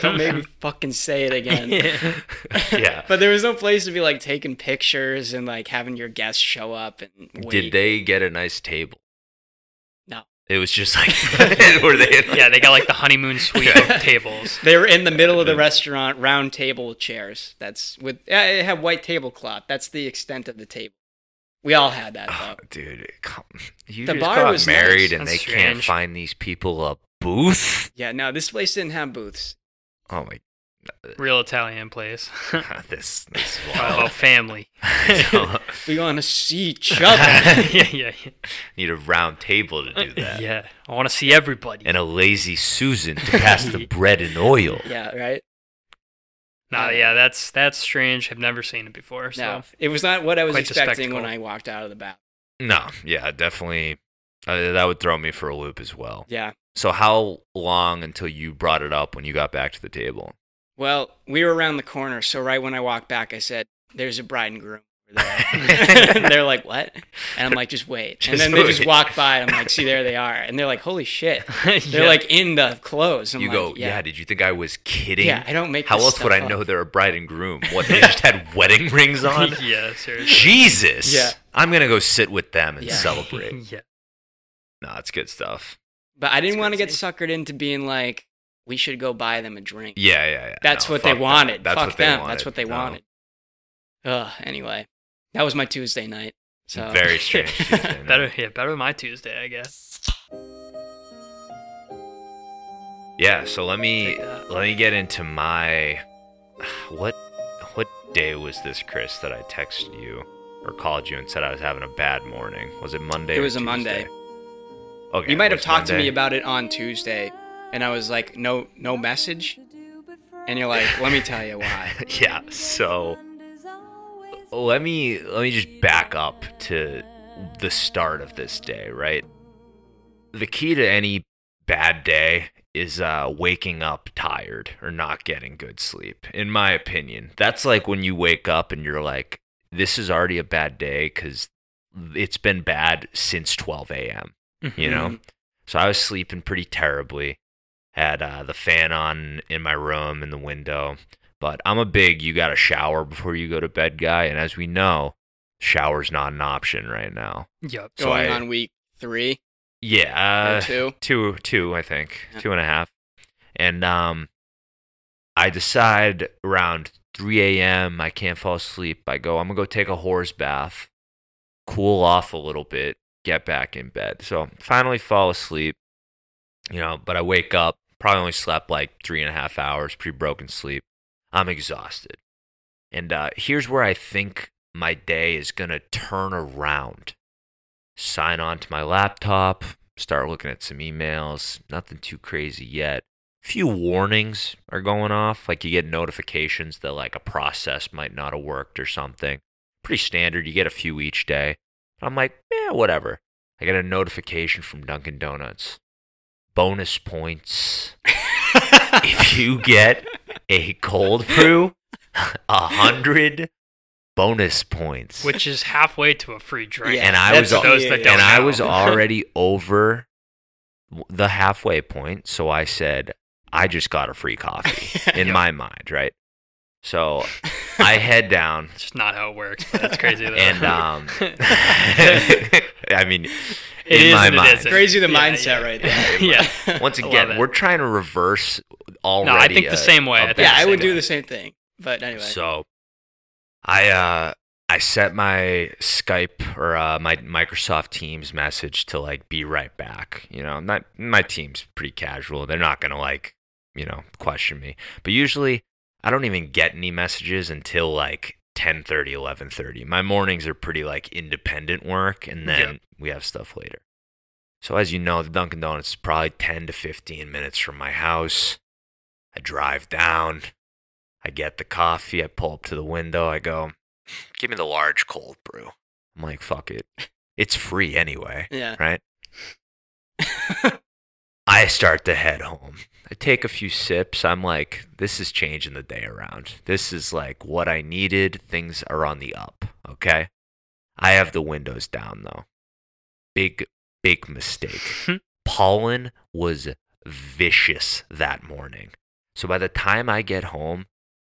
[SPEAKER 6] Don't
[SPEAKER 5] *laughs*
[SPEAKER 6] make me fucking say it again.
[SPEAKER 4] yeah.
[SPEAKER 6] But there was no place to be like taking pictures and like having your guests show up and wait.
[SPEAKER 4] Did they get a nice table?
[SPEAKER 6] No.
[SPEAKER 4] It was just
[SPEAKER 5] *laughs*
[SPEAKER 4] like *laughs* were they in, like,
[SPEAKER 5] Yeah, they got like the
[SPEAKER 4] *laughs*
[SPEAKER 5] honeymoon suite of tables.
[SPEAKER 6] They were in the middle of
[SPEAKER 5] *laughs*
[SPEAKER 6] the restaurant, round table chairs. That's with yeah, it had white tablecloth. That's the extent of the table. We all had that
[SPEAKER 4] Oh,
[SPEAKER 6] though.
[SPEAKER 4] dude,
[SPEAKER 6] *sighs*
[SPEAKER 4] come, you
[SPEAKER 6] The
[SPEAKER 4] just
[SPEAKER 6] bar
[SPEAKER 4] got
[SPEAKER 6] was
[SPEAKER 4] married
[SPEAKER 6] nice.
[SPEAKER 4] and they
[SPEAKER 5] That's
[SPEAKER 4] can't
[SPEAKER 5] strange.
[SPEAKER 4] find these people a booth.
[SPEAKER 6] Yeah, no, this place didn't have booths.
[SPEAKER 4] Oh my,
[SPEAKER 5] Real Italian place. *laughs* Talk
[SPEAKER 4] God, this
[SPEAKER 6] *laughs*
[SPEAKER 4] this is
[SPEAKER 6] Oh.
[SPEAKER 5] about
[SPEAKER 4] wild.
[SPEAKER 5] family.
[SPEAKER 4] *laughs*
[SPEAKER 5] *laughs*
[SPEAKER 6] We want to see each other.
[SPEAKER 5] yeah, yeah,
[SPEAKER 4] Need a round table to
[SPEAKER 6] *laughs*
[SPEAKER 4] do
[SPEAKER 5] yeah.
[SPEAKER 4] that,
[SPEAKER 5] yeah. I want to see everybody.
[SPEAKER 4] and a lazy Susan to pass
[SPEAKER 6] *laughs*
[SPEAKER 4] the bread and oil.
[SPEAKER 6] yeah, right.
[SPEAKER 5] Nah, yeah, that's that's strange. I've never seen it before. So
[SPEAKER 6] No, it was not what I was
[SPEAKER 5] Quite the
[SPEAKER 6] expecting when
[SPEAKER 5] spectacle.
[SPEAKER 6] I walked out of the bath.
[SPEAKER 4] No, yeah, definitely, uh, that would throw me for a loop as well.
[SPEAKER 6] Yeah.
[SPEAKER 4] So how long until you brought it up when you got back to the table?
[SPEAKER 6] Well, we were around the corner, so right when I walked back, I said, "There's a bride and groom."
[SPEAKER 4] *laughs*
[SPEAKER 6] over there." *laughs* And they're like, "What?" And I'm like, "Just wait." and
[SPEAKER 4] Just
[SPEAKER 6] then they just
[SPEAKER 4] wait.
[SPEAKER 6] walk by, and I'm like, "See, there they are." And they're like, "Holy
[SPEAKER 4] *laughs*
[SPEAKER 6] shit!" They're
[SPEAKER 5] *laughs* Yeah.
[SPEAKER 6] like in the clothes. I'm
[SPEAKER 4] you
[SPEAKER 6] like,
[SPEAKER 4] go, yeah.
[SPEAKER 6] yeah,
[SPEAKER 4] Did you think I was kidding?
[SPEAKER 6] Yeah, I don't make
[SPEAKER 4] How
[SPEAKER 6] this
[SPEAKER 4] else would
[SPEAKER 6] stuff
[SPEAKER 4] I
[SPEAKER 6] up.
[SPEAKER 4] know they're a bride and groom? What
[SPEAKER 6] *laughs*
[SPEAKER 4] they just had wedding rings on?
[SPEAKER 5] *laughs* yeah, seriously.
[SPEAKER 4] Jesus.
[SPEAKER 6] Yeah.
[SPEAKER 4] I'm gonna go sit with them and *laughs*
[SPEAKER 6] Yeah.
[SPEAKER 4] celebrate.
[SPEAKER 5] *laughs* yeah.
[SPEAKER 4] nah, it's good stuff.
[SPEAKER 6] But I didn't want to get suckered into being like, we should go buy them a drink.
[SPEAKER 4] Yeah, yeah, yeah.
[SPEAKER 6] That's
[SPEAKER 4] No,
[SPEAKER 6] what they
[SPEAKER 4] fuck that.
[SPEAKER 6] wanted.
[SPEAKER 4] That's
[SPEAKER 6] fuck
[SPEAKER 4] what they
[SPEAKER 6] them.
[SPEAKER 4] wanted.
[SPEAKER 6] That's what they
[SPEAKER 4] No.
[SPEAKER 6] wanted. Ugh, anyway, that was my Tuesday night. So
[SPEAKER 4] Very
[SPEAKER 6] *laughs*
[SPEAKER 4] strange. uh, Tuesday night.
[SPEAKER 5] Better, yeah, better than my Tuesday, I guess.
[SPEAKER 4] Yeah, so let me
[SPEAKER 5] Take that.
[SPEAKER 4] let me get into my *sighs* what what day was this, Chris, that I texted you or called you and said I was having a bad morning? Was it Monday?
[SPEAKER 6] It
[SPEAKER 4] or
[SPEAKER 6] was a Monday.
[SPEAKER 4] Tuesday? Okay.
[SPEAKER 6] you might
[SPEAKER 4] it
[SPEAKER 6] have
[SPEAKER 4] was
[SPEAKER 6] talked to
[SPEAKER 4] Monday.
[SPEAKER 6] me about it on Tuesday, and I was like, no, no message. And you're like, let me tell you why.
[SPEAKER 4] yeah. So let me let me just back up to the start of this day, right? The key to any bad day is uh, waking up tired or not getting good sleep. In my opinion, that's like when you wake up and you're like, "This is already a bad day because it's been bad since 12 a.m." you know so i was sleeping pretty terribly had uh, the fan on in my room in the window but i'm a big you gotta shower before you go to bed guy and as we know shower's not an option right now
[SPEAKER 5] Yep.
[SPEAKER 4] *laughs* So
[SPEAKER 6] Going
[SPEAKER 4] I-
[SPEAKER 6] Oh, on week three or
[SPEAKER 4] yeah uh,
[SPEAKER 6] two.
[SPEAKER 4] two two i think
[SPEAKER 6] Yeah.
[SPEAKER 4] two and a half and um i decide around 3 a.m i can't fall asleep i go i'm gonna go take a horse bath cool off a little bit get back in bed so finally fall asleep you know but i wake up probably only slept like three and a half hours pretty broken sleep i'm exhausted and uh, here's where i think my day is gonna turn around sign on to my laptop, start looking at some emails. Nothing too crazy yet. A few warnings are going off, like you get notifications that like a process might not have worked or something. Pretty standard. You get a few each day. I'm like, yeah, whatever. I get a notification from Dunkin' Donuts. Bonus points if you get a cold brew, a hundred bonus points.
[SPEAKER 5] Which is halfway to a free drink.
[SPEAKER 6] Yeah,
[SPEAKER 4] and I
[SPEAKER 5] That's
[SPEAKER 4] was
[SPEAKER 6] that's-
[SPEAKER 5] those
[SPEAKER 6] yeah,
[SPEAKER 5] that
[SPEAKER 6] yeah,
[SPEAKER 5] don't
[SPEAKER 4] and I
[SPEAKER 5] know. *laughs*
[SPEAKER 4] was already over w- the halfway point, so I said, I just got a free
[SPEAKER 5] *laughs*
[SPEAKER 4] coffee in
[SPEAKER 5] Yep.
[SPEAKER 4] my mind, right?
[SPEAKER 5] *laughs*
[SPEAKER 4] So I head down
[SPEAKER 5] It's just not how it works. But
[SPEAKER 4] *laughs*
[SPEAKER 5] it's crazy. Though. *laughs*
[SPEAKER 4] and um I mean in
[SPEAKER 5] is
[SPEAKER 4] my
[SPEAKER 5] and it
[SPEAKER 4] mind.
[SPEAKER 5] isn't.
[SPEAKER 6] Crazy the
[SPEAKER 5] Yeah,
[SPEAKER 6] mindset
[SPEAKER 5] yeah. *laughs*
[SPEAKER 6] right there. *laughs*
[SPEAKER 5] yeah.
[SPEAKER 4] Once
[SPEAKER 5] I love
[SPEAKER 4] again,
[SPEAKER 5] it.
[SPEAKER 4] we're trying to reverse already.
[SPEAKER 5] think the
[SPEAKER 4] a-
[SPEAKER 5] same way.
[SPEAKER 4] a
[SPEAKER 5] I think the
[SPEAKER 6] yeah, I
[SPEAKER 5] same
[SPEAKER 6] would do
[SPEAKER 5] way.
[SPEAKER 6] the same thing. But anyway,
[SPEAKER 4] So I uh I set my Skype or uh, my Microsoft Teams message to like be right back. You know, not my team's pretty casual. They're not gonna like, you know, question me. But usually I don't even get any messages until like 10:30, 11:30. My mornings are pretty like independent work and then
[SPEAKER 5] Yep.
[SPEAKER 4] we have stuff later. So as you know, the Dunkin' Donuts is probably 10 to 15 minutes from my house. I drive down. I get the coffee. I pull up to the window. I go, give me the large cold brew. I'm like, fuck it. It's free anyway,
[SPEAKER 6] yeah.
[SPEAKER 4] right? I start to head home. I take a few sips. I'm like, this is changing the day around. This is like what I needed. Things are on the up. Okay. I have the windows down though. Big, big mistake pollen was vicious that morning. So by the time I get home,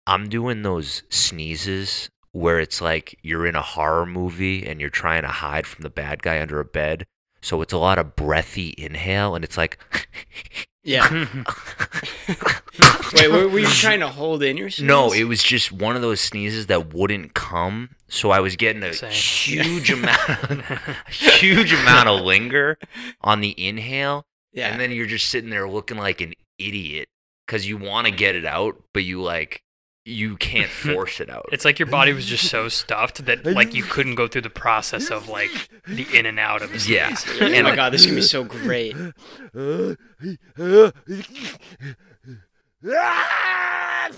[SPEAKER 4] I'm doing those sneezes where it's like you're in a horror movie and you're trying to hide from the bad guy under a bed. So it's a lot of breathy inhale and it's like *laughs*
[SPEAKER 6] Yeah. Wait, were, were you trying to hold in your?
[SPEAKER 4] No,
[SPEAKER 6] sneeze?
[SPEAKER 4] it was just one of those sneezes that wouldn't come. So I was getting a
[SPEAKER 5] Same.
[SPEAKER 4] huge amount *laughs* a huge amount of linger on the inhale
[SPEAKER 6] yeah.
[SPEAKER 4] And then you're just sitting there looking like an idiot because you want to get it out, but you like you can't force it out.
[SPEAKER 5] It's like your body was just so stuffed that like you couldn't go through the process of like the in and out of the
[SPEAKER 4] yeah.
[SPEAKER 5] sneeze.
[SPEAKER 6] oh
[SPEAKER 5] *laughs*
[SPEAKER 4] And
[SPEAKER 6] my god, this can be so great.
[SPEAKER 4] *laughs*
[SPEAKER 1] *gasps*
[SPEAKER 2] *laughs*
[SPEAKER 1] Ah!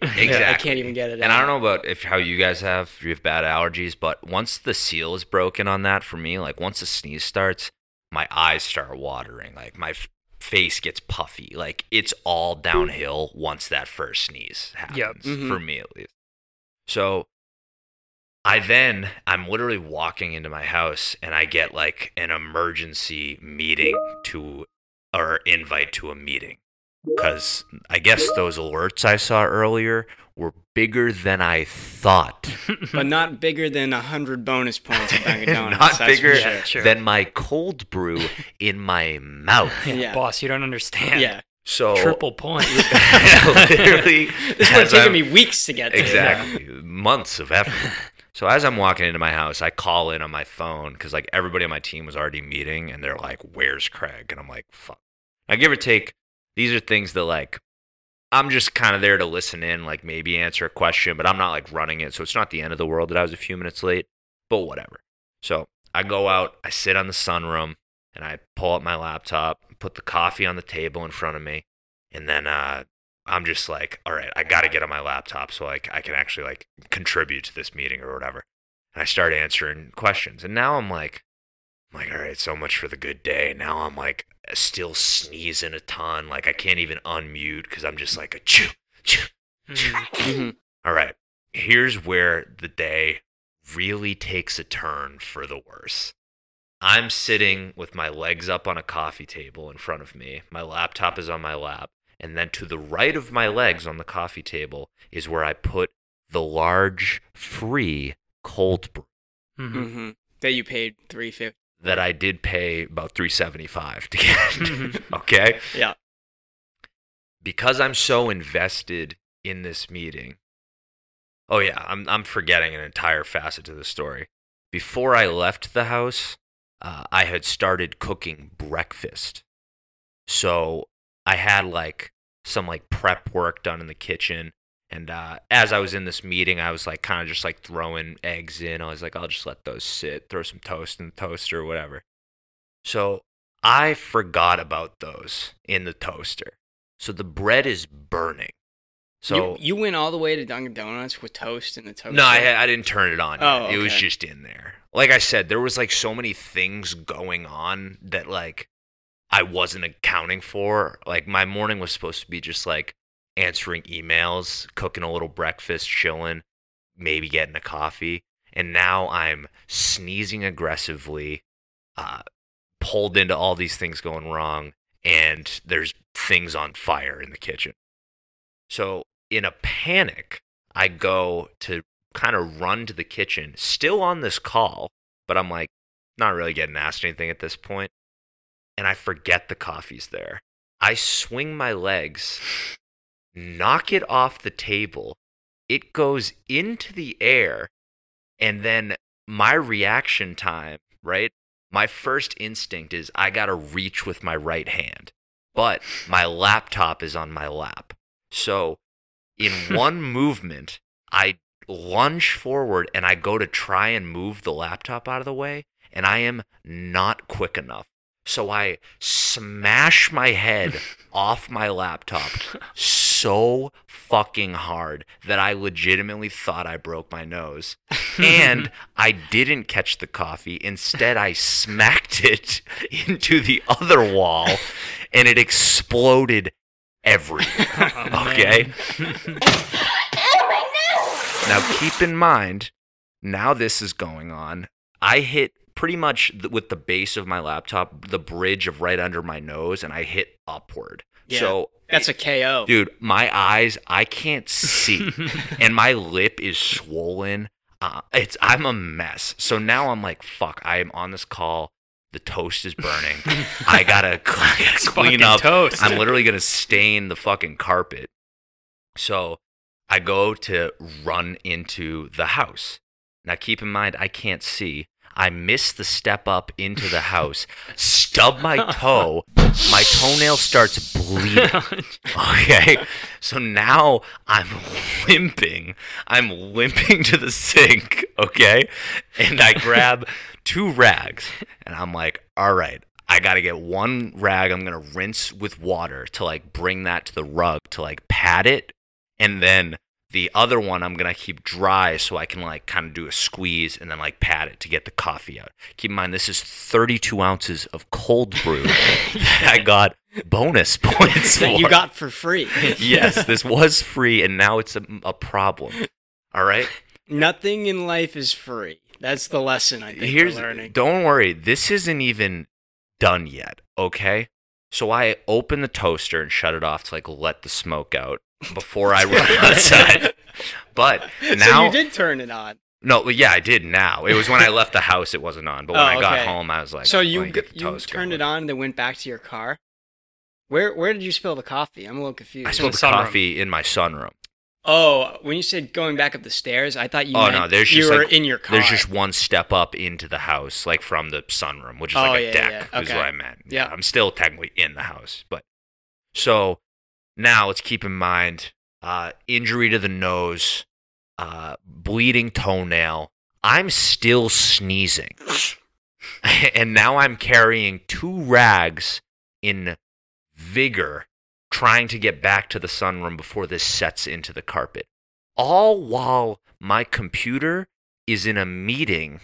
[SPEAKER 4] exactly.
[SPEAKER 6] I can't even get it.
[SPEAKER 4] And
[SPEAKER 6] out.
[SPEAKER 4] I don't know about if how you guys have if you have bad allergies, but once the seal is broken on that for me, like once the sneeze starts, my eyes start watering, like my f- face gets puffy, like it's all downhill once that first sneeze happens
[SPEAKER 6] Mhm.
[SPEAKER 4] for me at least. So I then I'm literally walking into my house and I get like an emergency meeting to or invite to a meeting because I guess those alerts I saw earlier were bigger than I thought.
[SPEAKER 6] but not bigger than hundred bonus points
[SPEAKER 4] *laughs*
[SPEAKER 6] at Dunkin' Donuts.
[SPEAKER 4] Hmm. Not
[SPEAKER 6] that's
[SPEAKER 4] bigger
[SPEAKER 6] For sure.
[SPEAKER 5] Yeah, sure.
[SPEAKER 6] *laughs*
[SPEAKER 4] than my cold brew in my mouth.
[SPEAKER 6] Yeah.
[SPEAKER 5] Boss, you don't understand.
[SPEAKER 6] Yeah. *laughs*
[SPEAKER 4] So *laughs*
[SPEAKER 5] Triple point.
[SPEAKER 4] Oh.
[SPEAKER 5] *laughs*
[SPEAKER 4] literally,
[SPEAKER 6] This would have
[SPEAKER 4] as I'm-
[SPEAKER 6] taken me weeks to get to.
[SPEAKER 4] exactly months of effort. So as I'm walking into my house, I call in on my phone because like everybody on my team was already meeting, and they're like, "Where's Craig?" And I'm like, "Fuck." Now, give or take, these are things that like I'm just kind of there to listen in, like maybe answer a question, but I'm not like running it, so it's not the end of the world that I was a few minutes late. But whatever. So I go out, I sit on the sunroom, and I pull up my laptop, put the coffee on the table in front of me, and then uh, I'm just like, all right, I got to get on my laptop so like I can actually like contribute to this meeting or whatever. And I start answering questions. And now I'm like, I'm like, all right, so much for the good day. Now I'm like still sneezing a ton. Like I can't even unmute because I'm just like a chew, chew,
[SPEAKER 5] Hmm.
[SPEAKER 4] chew.
[SPEAKER 6] Mhm.
[SPEAKER 4] All right, here's where the day really takes a turn for the worse. I'm sitting with my legs up on a coffee table in front of me. My laptop is on my lap. And then to the right of my legs on the coffee table is where I put the large free cold brew *laughs*
[SPEAKER 5] Mhm.
[SPEAKER 6] Mhm. That you paid three fifty.
[SPEAKER 4] that I did pay about 375 to get. okay?
[SPEAKER 6] Yeah.
[SPEAKER 4] Because I'm so invested in this meeting. Oh yeah, I'm I'm forgetting an entire facet to the story. Before I left the house, uh, I had started cooking breakfast. So I had like some like prep work done in the kitchen. And uh, as I was in this meeting, I was like kind of just like throwing eggs in. I was like, I'll just let those sit, throw some toast in the toaster or whatever. So I forgot about those in the toaster. So the bread is burning. So
[SPEAKER 6] you, you went all the way to Dunkin' Donuts with toast in the toast.
[SPEAKER 4] no, I, had- I didn't turn it on.
[SPEAKER 6] Oh,
[SPEAKER 4] yet. It was
[SPEAKER 6] okay.
[SPEAKER 4] just in there. Like I said, there was like so many things going on that like I wasn't accounting for. Like my morning was supposed to be just like answering emails, cooking a little breakfast, chilling, maybe getting a coffee. And now I'm sneezing aggressively, uh, pulled into all these things going wrong, and there's things on fire in the kitchen. So in a panic, I go to kind of run to the kitchen, still on this call, but I'm like, not really getting asked anything at this point. And I forget the coffee's there. I swing my legs, knock it off the table. It goes into the air. And then my reaction time, right? My first instinct is I got to reach with my right hand, but my laptop is on my lap. So in one movement, I lunge forward and I go to try and move the laptop out of the way, and I am not quick enough. So I smash my head off my laptop so fucking hard that I legitimately thought I broke my nose. And I didn't catch the coffee. Instead, I smacked *laughs* it into the other wall and it exploded everywhere.
[SPEAKER 5] Oh,
[SPEAKER 4] Okay? Now keep in mind, now this is going on. I hit pretty much th- with the base of my laptop, the bridge of right under my nose, and I hit upward.
[SPEAKER 6] Yeah. Oh.
[SPEAKER 4] So,
[SPEAKER 6] That's a KO.
[SPEAKER 4] dude, my eyes, I can't see, and my lip is swollen. Uh, it's I'm a mess. So now I'm like, fuck. I am on this call. The toast is burning. I gotta, *laughs* I gotta clean
[SPEAKER 5] fucking
[SPEAKER 4] up.
[SPEAKER 5] toast.
[SPEAKER 4] I'm literally gonna stain the fucking carpet. So I go to run into the house. Now, keep in mind, I can't see. I miss the step up into the house, stub my toe, my toenail starts bleeding. Okay. So now I'm *laughs* limping. I'm limping to the sink. Okay. And I grab two rags and I'm like, all right, I got to get one rag. I'm going to rinse with water to like bring that to the rug to like pat it. And then the other one I'm going to keep dry so I can like kind of do a squeeze and then like pat it to get the coffee out. Keep in mind, this is 32 ounces of cold brew *laughs* that I got bonus *laughs* points for
[SPEAKER 6] *laughs* that you got for free.
[SPEAKER 4] *laughs* yes, this was free, and now it's a, a problem. All right.
[SPEAKER 6] *laughs* Nothing in life is free. That's the lesson *laughs* I think
[SPEAKER 4] Here's *laughs*
[SPEAKER 6] we're learning.
[SPEAKER 4] don't worry, this isn't even done yet. Okay. So I open the toaster and shut it off to like let the smoke out before I
[SPEAKER 6] *laughs*
[SPEAKER 4] run outside. But
[SPEAKER 6] so
[SPEAKER 4] now,
[SPEAKER 6] you did turn it on.
[SPEAKER 4] no, well, yeah, I did. Now it was when I left the house, it wasn't on. But when
[SPEAKER 6] Oh,
[SPEAKER 4] I got
[SPEAKER 6] okay.
[SPEAKER 4] home, I was like,
[SPEAKER 6] so
[SPEAKER 4] let
[SPEAKER 6] you
[SPEAKER 4] me get the
[SPEAKER 6] you
[SPEAKER 4] toast
[SPEAKER 6] turned
[SPEAKER 4] going.
[SPEAKER 6] it on and then went back to your car. Where where did you spill the coffee? I'm a little confused.
[SPEAKER 4] I spilled
[SPEAKER 5] the
[SPEAKER 4] the
[SPEAKER 5] sunroom.
[SPEAKER 4] coffee in my sunroom.
[SPEAKER 6] oh, when you said going back up the stairs, I thought you
[SPEAKER 4] oh
[SPEAKER 6] meant
[SPEAKER 4] no, there's
[SPEAKER 6] you
[SPEAKER 4] just
[SPEAKER 6] were
[SPEAKER 4] like,
[SPEAKER 6] in your car.
[SPEAKER 4] There's just one step up into the house, like from the sunroom, which is
[SPEAKER 6] Oh,
[SPEAKER 4] like a
[SPEAKER 6] yeah,
[SPEAKER 4] deck.
[SPEAKER 6] yeah,
[SPEAKER 4] Is
[SPEAKER 6] okay.
[SPEAKER 4] what I meant.
[SPEAKER 6] Yeah.
[SPEAKER 4] I'm still technically in the house, but so now let's keep in mind uh, injury to the nose, uh, bleeding toenail. I'm still sneezing, *laughs* and now I'm carrying two rags in vigor, trying to get back to the sunroom before this sets into the carpet all while my computer is in a meeting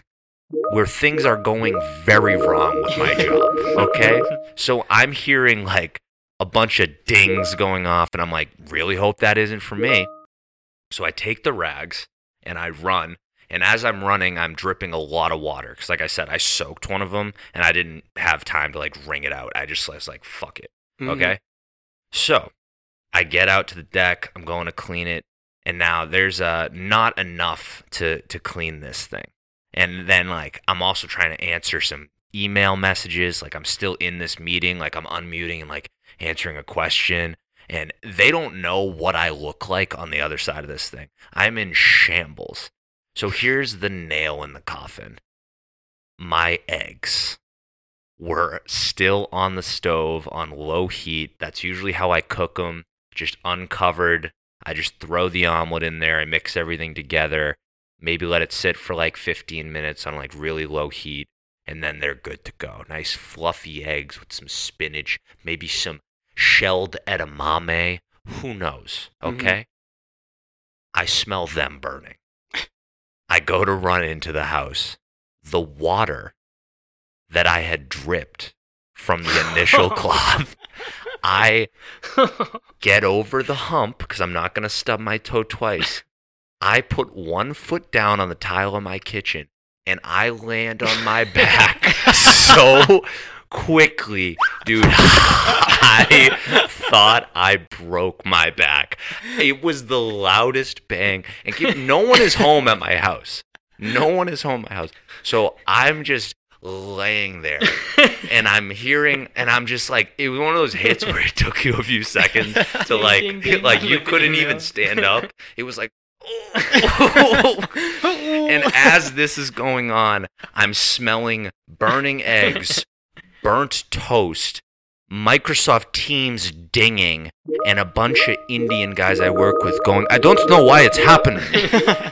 [SPEAKER 4] where things are going very wrong with my job. Okay. So I'm hearing like a bunch of dings going off, and I'm like, really hope that isn't for me. So I take the rags and I run. And as I'm running, I'm dripping a lot of water because, like I said, I soaked one of them and I didn't have time to like wring it out. I just was like, fuck it.
[SPEAKER 6] Mhm.
[SPEAKER 4] Okay. So I get out to the deck. I'm going to clean it. And now there's uh, not enough to, to clean this thing. And then, like, I'm also trying to answer some email messages. Like, I'm still in this meeting. Like, I'm unmuting and like answering a question. And they don't know what I look like on the other side of this thing. I'm in shambles. So here's the nail in the coffin my eggs were still on the stove on low heat. That's usually how I cook them, just uncovered. I just throw the omelet in there, I mix everything together, maybe let it sit for like 15 minutes on like really low heat, and then they're good to go. Nice fluffy eggs with some spinach, maybe some shelled edamame. Who knows?
[SPEAKER 6] Mhm.
[SPEAKER 4] Okay. I smell them burning. I go to run into the house. The water that I had dripped from the initial cloth. I get over the hump because I'm not going to stub my toe twice. I put one foot down on the tile of my kitchen and I land on my back so quickly, dude. *laughs* I thought I broke my back. It was the loudest bang. And keep, no one is home at my house. No one is home at my house. So I'm just laying there and I'm hearing and I'm just like it was one of those hits where it took you a few seconds to like
[SPEAKER 6] Ding, ding,
[SPEAKER 4] like you
[SPEAKER 6] with the
[SPEAKER 4] couldn't
[SPEAKER 6] email.
[SPEAKER 4] even stand up. It was
[SPEAKER 6] *laughs*
[SPEAKER 4] like and as this is going on, I'm smelling burning eggs, burnt toast, Microsoft Teams dinging, and a bunch of Indian guys I work with going, I don't know why it's happening.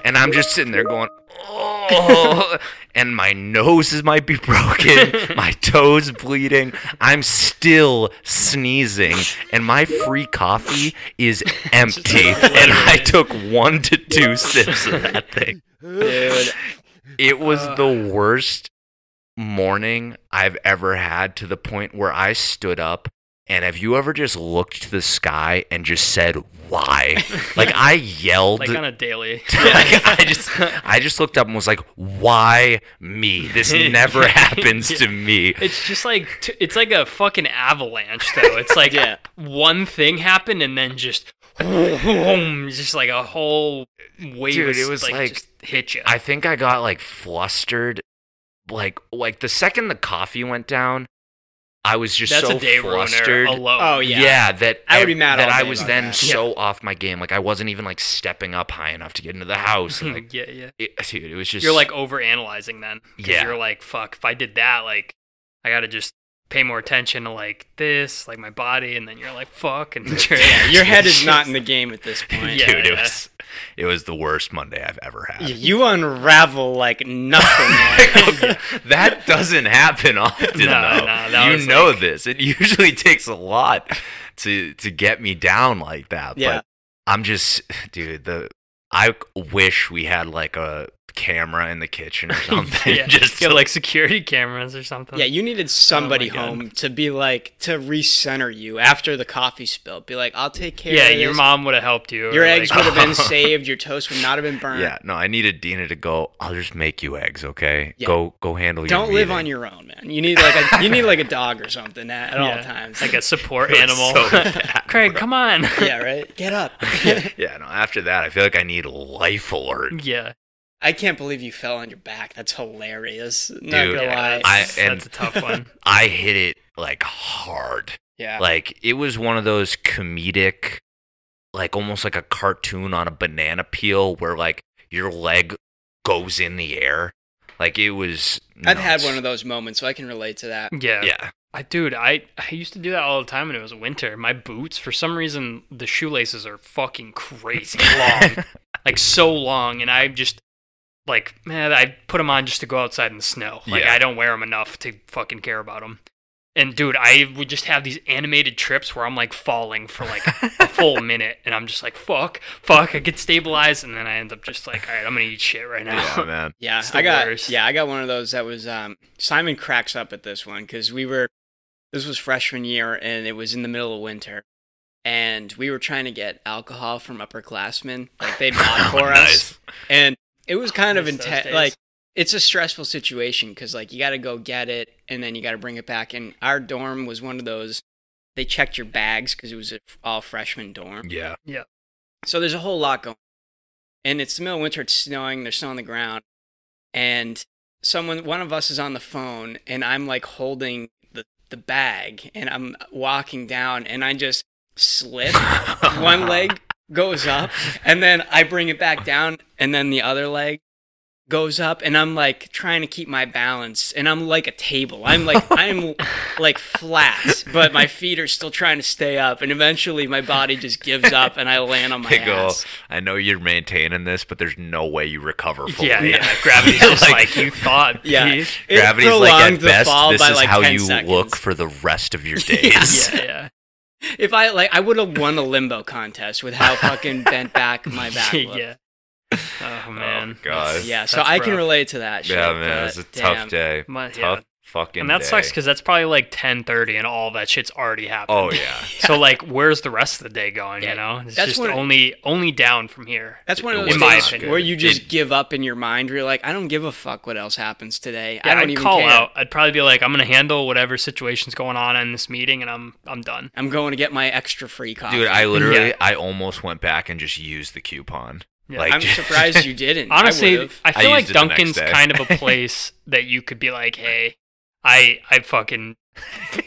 [SPEAKER 4] and I'm just sitting there going, oh, and my nose is might be broken, my toes bleeding, I'm still sneezing, and my free coffee is empty, and I took one to two sips of that thing. *laughs*
[SPEAKER 6] Dude,
[SPEAKER 4] It was
[SPEAKER 5] Uh.
[SPEAKER 4] the worst morning I've ever had to the point where I stood up and have you ever just looked to the sky and just said
[SPEAKER 5] *laughs*
[SPEAKER 4] why? like I yelled
[SPEAKER 5] like on a daily.
[SPEAKER 4] *laughs* like, I just I just looked up and was like why me?
[SPEAKER 5] *laughs*
[SPEAKER 4] This never happens to me.
[SPEAKER 5] *laughs* It's just like t- it's like a fucking avalanche, though. It's like
[SPEAKER 6] *laughs* Yeah.
[SPEAKER 5] one thing happened and then just *laughs* just like a whole wave.
[SPEAKER 4] Dude,
[SPEAKER 5] of
[SPEAKER 4] it
[SPEAKER 5] s-
[SPEAKER 4] was like-
[SPEAKER 5] just hit you.
[SPEAKER 4] I think I got like flustered like like the second the coffee went down I was just
[SPEAKER 5] That's
[SPEAKER 4] so
[SPEAKER 5] a day
[SPEAKER 4] flustered.
[SPEAKER 5] ruiner alone.
[SPEAKER 6] Oh, yeah.
[SPEAKER 4] yeah. that
[SPEAKER 6] I would be
[SPEAKER 4] ev-
[SPEAKER 6] mad
[SPEAKER 4] that
[SPEAKER 6] all
[SPEAKER 4] I
[SPEAKER 6] day
[SPEAKER 4] was
[SPEAKER 6] about
[SPEAKER 4] then
[SPEAKER 6] that.
[SPEAKER 4] so off my game. Like I wasn't even like stepping up high enough to get into the house. And, like
[SPEAKER 5] yeah, yeah.
[SPEAKER 4] it, dude, it was Hmm. just
[SPEAKER 5] Hmm. You're like overanalyzing then. 'cause
[SPEAKER 4] Yeah.
[SPEAKER 5] You're like, fuck, if I did that, like, I gotta just pay more attention to like this, like my body, and then you're like,
[SPEAKER 4] *laughs*
[SPEAKER 5] fuck, and you're, yeah,
[SPEAKER 6] your head is not in the game at this point.
[SPEAKER 4] *laughs*
[SPEAKER 5] Yeah.
[SPEAKER 4] dude, it was it was the worst Monday I've ever had. *laughs*
[SPEAKER 6] *laughs* You- You unravel like nothing. man.
[SPEAKER 4] that doesn't happen often though.
[SPEAKER 5] No, no, that
[SPEAKER 4] you
[SPEAKER 5] was,
[SPEAKER 4] know this. It usually *laughs* takes a lot to to get me down like that.
[SPEAKER 6] Yeah.
[SPEAKER 4] But I'm just dude, the I wish we had like a camera in the kitchen or something. *laughs*
[SPEAKER 5] *laughs* yeah.
[SPEAKER 4] just
[SPEAKER 5] Yeah,
[SPEAKER 4] to,
[SPEAKER 5] like security cameras or something.
[SPEAKER 6] yeah, you needed somebody
[SPEAKER 5] God.
[SPEAKER 6] home to be like to recenter you after the coffee spill. Be like, I'll take care.
[SPEAKER 5] yeah,
[SPEAKER 6] of
[SPEAKER 5] your
[SPEAKER 6] this.
[SPEAKER 5] mom would have helped you. or,
[SPEAKER 6] Your eggs
[SPEAKER 5] like,
[SPEAKER 6] would
[SPEAKER 4] *laughs*
[SPEAKER 6] have been saved. Your toast would not have been burned.
[SPEAKER 4] Yeah, no, I needed Dina to go. I'll just make you eggs, okay?
[SPEAKER 6] Yeah.
[SPEAKER 4] Go, go handle your.
[SPEAKER 6] Don't live
[SPEAKER 4] meeting."
[SPEAKER 6] on your own, man. You need like a you need like a dog or something at,
[SPEAKER 4] *laughs*
[SPEAKER 6] at all
[SPEAKER 5] yeah, *laughs*
[SPEAKER 6] times.
[SPEAKER 5] like a support
[SPEAKER 4] It was
[SPEAKER 5] animal.
[SPEAKER 4] so bad,
[SPEAKER 5] *laughs* Craig,
[SPEAKER 4] bro.
[SPEAKER 5] come on.
[SPEAKER 6] *laughs*
[SPEAKER 5] *laughs*
[SPEAKER 6] yeah, right. Get up.
[SPEAKER 4] *laughs* Yeah, no. After that, I feel like I need life alert.
[SPEAKER 5] yeah,
[SPEAKER 6] I can't believe you fell on your back. That's hilarious. Not
[SPEAKER 4] Dude,
[SPEAKER 6] gonna
[SPEAKER 5] yeah,
[SPEAKER 6] lie.
[SPEAKER 4] I- *laughs*
[SPEAKER 5] that's,
[SPEAKER 4] and-
[SPEAKER 5] that's a tough one.
[SPEAKER 4] I hit it like hard.
[SPEAKER 6] Yeah.
[SPEAKER 4] Like it was one of those comedic, like almost like a cartoon on a banana peel where like your leg goes in the air. Like it was.
[SPEAKER 6] I've had one of those moments, so I can relate to that.
[SPEAKER 5] Yeah.
[SPEAKER 4] Yeah.
[SPEAKER 5] I dude, I I used to do that all the time when it was winter. My boots, for some reason, the shoelaces are fucking crazy long, like so long, and I just like man, I put them on just to go outside in the snow. Like
[SPEAKER 4] Yeah.
[SPEAKER 5] I don't wear them enough to fucking care about them. And dude, I would just have these animated trips where I'm like falling for like a full minute, and I'm just like fuck, fuck. I get stabilized, and then I end up just like, all right, I'm gonna eat shit right now.
[SPEAKER 6] *laughs*
[SPEAKER 4] Yeah, *laughs* man.
[SPEAKER 6] Yeah,
[SPEAKER 5] It's the
[SPEAKER 6] I got
[SPEAKER 5] worst.
[SPEAKER 6] yeah, I got one of those that was um, Simon cracks up at this one because we were this was freshman year and it was in the middle of winter and we were trying to get alcohol from upperclassmen
[SPEAKER 4] *laughs*
[SPEAKER 6] like they bought for
[SPEAKER 4] Oh,
[SPEAKER 6] us
[SPEAKER 4] Nice.
[SPEAKER 6] and it was kind of
[SPEAKER 5] Miss those
[SPEAKER 6] intense
[SPEAKER 5] days.
[SPEAKER 6] like it's a stressful situation because like you got to go get it and then you got to bring it back and our dorm was one of those they checked your bags because it was an all freshman dorm
[SPEAKER 4] Yeah.
[SPEAKER 6] so there's a whole lot going on. And it's the middle of winter, it's snowing, there's snow on the ground. And someone one of us is on the phone and I'm like holding the, the bag and I'm walking down and I just slip. one leg goes up and then I bring it back down and then the other leg goes up and I'm like trying to keep my balance and I'm like a table. I'm like I'm like flat, but my feet are still trying to stay up and eventually my body just gives up and I land on my
[SPEAKER 4] They go,
[SPEAKER 6] ass.
[SPEAKER 4] I know you're maintaining this, but there's no way you recover fully.
[SPEAKER 5] *laughs*
[SPEAKER 4] *laughs*
[SPEAKER 5] Yeah, yeah. Gravity's just like, you thought.
[SPEAKER 6] Yeah.
[SPEAKER 5] Yeah,
[SPEAKER 6] It
[SPEAKER 4] Gravity's like
[SPEAKER 6] prolonged
[SPEAKER 4] at
[SPEAKER 6] the
[SPEAKER 4] best,
[SPEAKER 6] fall
[SPEAKER 4] this
[SPEAKER 6] by,
[SPEAKER 4] is
[SPEAKER 6] like,
[SPEAKER 4] how
[SPEAKER 6] 10
[SPEAKER 4] you
[SPEAKER 6] seconds.
[SPEAKER 4] look for the rest
[SPEAKER 6] *laughs*
[SPEAKER 4] of your days.
[SPEAKER 5] yeah, yeah.
[SPEAKER 6] If I like I would have won a limbo contest with how fucking bent back
[SPEAKER 4] *laughs*
[SPEAKER 6] my *laughs* back looked.
[SPEAKER 5] yeah. Oh *laughs* man.
[SPEAKER 4] God.
[SPEAKER 6] Yeah, so
[SPEAKER 5] That's
[SPEAKER 6] I can
[SPEAKER 5] rough.
[SPEAKER 6] relate to that shit.
[SPEAKER 4] Yeah, man, it was
[SPEAKER 6] but
[SPEAKER 4] a tough
[SPEAKER 6] damn.
[SPEAKER 4] day.
[SPEAKER 5] My- yeah.
[SPEAKER 4] tough fucking.
[SPEAKER 5] And that
[SPEAKER 4] day.
[SPEAKER 5] sucks because that's probably like ten thirty, and all that shit's already happened.
[SPEAKER 4] Oh
[SPEAKER 5] *laughs*
[SPEAKER 4] yeah.
[SPEAKER 5] So like, where's the rest of the day going?
[SPEAKER 6] Yeah.
[SPEAKER 5] You know, it's
[SPEAKER 6] That's
[SPEAKER 5] just
[SPEAKER 6] what-
[SPEAKER 5] only only down from here.
[SPEAKER 6] That's one of
[SPEAKER 4] It
[SPEAKER 6] those
[SPEAKER 5] was not
[SPEAKER 6] days
[SPEAKER 5] good.
[SPEAKER 6] where you just
[SPEAKER 4] It-
[SPEAKER 6] give up in your mind. Where you're like, I don't give a fuck what else happens today.
[SPEAKER 5] Yeah,
[SPEAKER 6] I don't
[SPEAKER 5] would
[SPEAKER 6] even
[SPEAKER 5] call
[SPEAKER 6] care.
[SPEAKER 5] out. I'd probably be like, I'm gonna handle whatever situation's going on in this meeting, and I'm I'm done.
[SPEAKER 6] I'm going to get my extra free coffee.
[SPEAKER 4] Dude, I literally, I almost went back and just used the coupon.
[SPEAKER 5] Yeah.
[SPEAKER 4] Like,
[SPEAKER 6] I'm surprised
[SPEAKER 4] *laughs*
[SPEAKER 6] you didn't. I
[SPEAKER 5] Honestly, I,
[SPEAKER 6] would've.
[SPEAKER 5] feel
[SPEAKER 4] I
[SPEAKER 5] like
[SPEAKER 4] used it the next
[SPEAKER 5] Duncan's
[SPEAKER 4] day.
[SPEAKER 5] kind of a place that you could be like, hey, I I fucking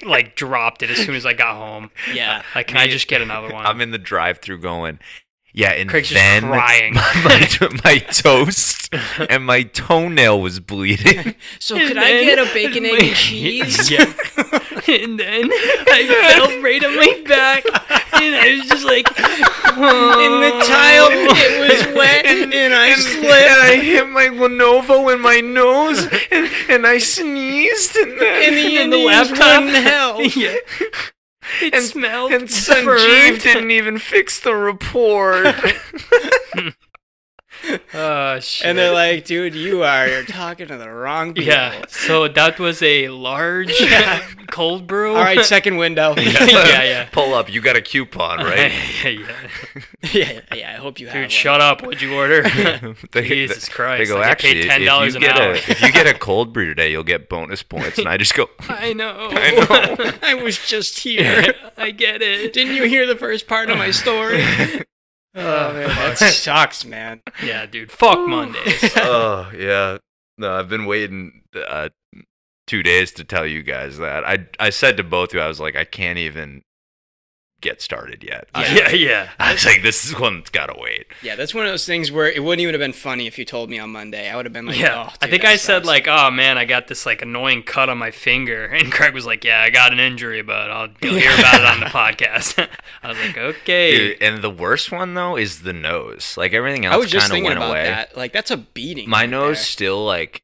[SPEAKER 5] like dropped it as soon as I got home.
[SPEAKER 4] *laughs*
[SPEAKER 6] yeah.
[SPEAKER 5] Like, can I just get another one?
[SPEAKER 4] I'm in the drive-through going. Yeah, and
[SPEAKER 5] Craig's just
[SPEAKER 4] then *laughs*
[SPEAKER 5] crying.
[SPEAKER 4] my,
[SPEAKER 5] *laughs*
[SPEAKER 4] my toast and my toenail was bleeding.
[SPEAKER 6] So could I get a
[SPEAKER 4] *laughs*
[SPEAKER 5] *laughs*
[SPEAKER 6] bacon, egg, and cheese? *laughs*
[SPEAKER 5] Yeah. and then *laughs* I fell right on my back, and I was just like,
[SPEAKER 6] In the tile,
[SPEAKER 4] *laughs*
[SPEAKER 6] it was wet, and I *laughs* slipped.
[SPEAKER 4] I hit my Lenovo in my nose, and, and I sneezed, *laughs* and,
[SPEAKER 6] And the,
[SPEAKER 5] And
[SPEAKER 6] and
[SPEAKER 5] the
[SPEAKER 6] the
[SPEAKER 5] laptop.
[SPEAKER 6] in *laughs* hell.
[SPEAKER 5] yeah. It
[SPEAKER 4] And-
[SPEAKER 5] smelled.
[SPEAKER 4] didn't even fix the report.
[SPEAKER 5] Oh shit.
[SPEAKER 6] And they're like, dude, you are you're talking to the wrong people.
[SPEAKER 5] yeah. So that was a
[SPEAKER 6] *laughs*
[SPEAKER 5] large cold brew.
[SPEAKER 6] All right, second
[SPEAKER 5] *laughs*
[SPEAKER 6] window. *laughs*
[SPEAKER 5] yeah, yeah.
[SPEAKER 4] Pull up. You got a coupon,
[SPEAKER 5] *laughs*
[SPEAKER 4] right?
[SPEAKER 5] *laughs*
[SPEAKER 4] *laughs*
[SPEAKER 5] yeah, yeah.
[SPEAKER 6] yeah, yeah. I hope you have.
[SPEAKER 5] Dude,
[SPEAKER 6] one.
[SPEAKER 5] shut up. What'd you
[SPEAKER 4] *laughs*
[SPEAKER 5] *laughs* order? Jesus Christ,
[SPEAKER 4] They go,
[SPEAKER 5] like, I
[SPEAKER 4] actually,
[SPEAKER 5] paid
[SPEAKER 4] if
[SPEAKER 5] $10
[SPEAKER 4] you
[SPEAKER 5] an
[SPEAKER 4] get
[SPEAKER 5] hour."
[SPEAKER 4] a if you get a cold brew today, you'll get bonus points. And I just
[SPEAKER 5] *laughs*
[SPEAKER 4] go, *laughs*
[SPEAKER 5] I know.
[SPEAKER 6] *laughs* I was
[SPEAKER 5] *laughs*
[SPEAKER 6] just here.
[SPEAKER 5] I get
[SPEAKER 6] *laughs*
[SPEAKER 5] it.
[SPEAKER 6] Didn't you hear the first part of
[SPEAKER 5] *laughs*
[SPEAKER 6] my story? *laughs*
[SPEAKER 5] Uh,
[SPEAKER 6] oh man, that sucks, man.
[SPEAKER 5] Yeah, dude. Fuck Mondays.
[SPEAKER 4] oh yeah. No, I've been waiting uh, two days to tell you guys that. I I said to both of you, I was like, I can't even get started yet. I- *laughs*
[SPEAKER 5] yeah, yeah.
[SPEAKER 4] I was like, this is one that's gotta wait.
[SPEAKER 6] Yeah, that's one of those things where it wouldn't even have been funny if you told me on Monday. I would have been like,
[SPEAKER 5] Yeah,
[SPEAKER 6] oh, dude,
[SPEAKER 5] I think
[SPEAKER 6] that
[SPEAKER 5] I said
[SPEAKER 6] sucks."
[SPEAKER 5] like, "Oh man, I got this like annoying cut on my finger," *laughs* and Craig was like, "Yeah, I got an injury, but I'll you'll hear about it on *laughs* the podcast." I was like, "Okay,
[SPEAKER 4] Dude, and the worst one though is the nose. Like everything else
[SPEAKER 6] I was just
[SPEAKER 4] kind of
[SPEAKER 6] thinking
[SPEAKER 4] went
[SPEAKER 6] about
[SPEAKER 4] away.
[SPEAKER 6] that. Like that's a beating.
[SPEAKER 4] My
[SPEAKER 6] right
[SPEAKER 4] nose
[SPEAKER 6] there.
[SPEAKER 4] still like,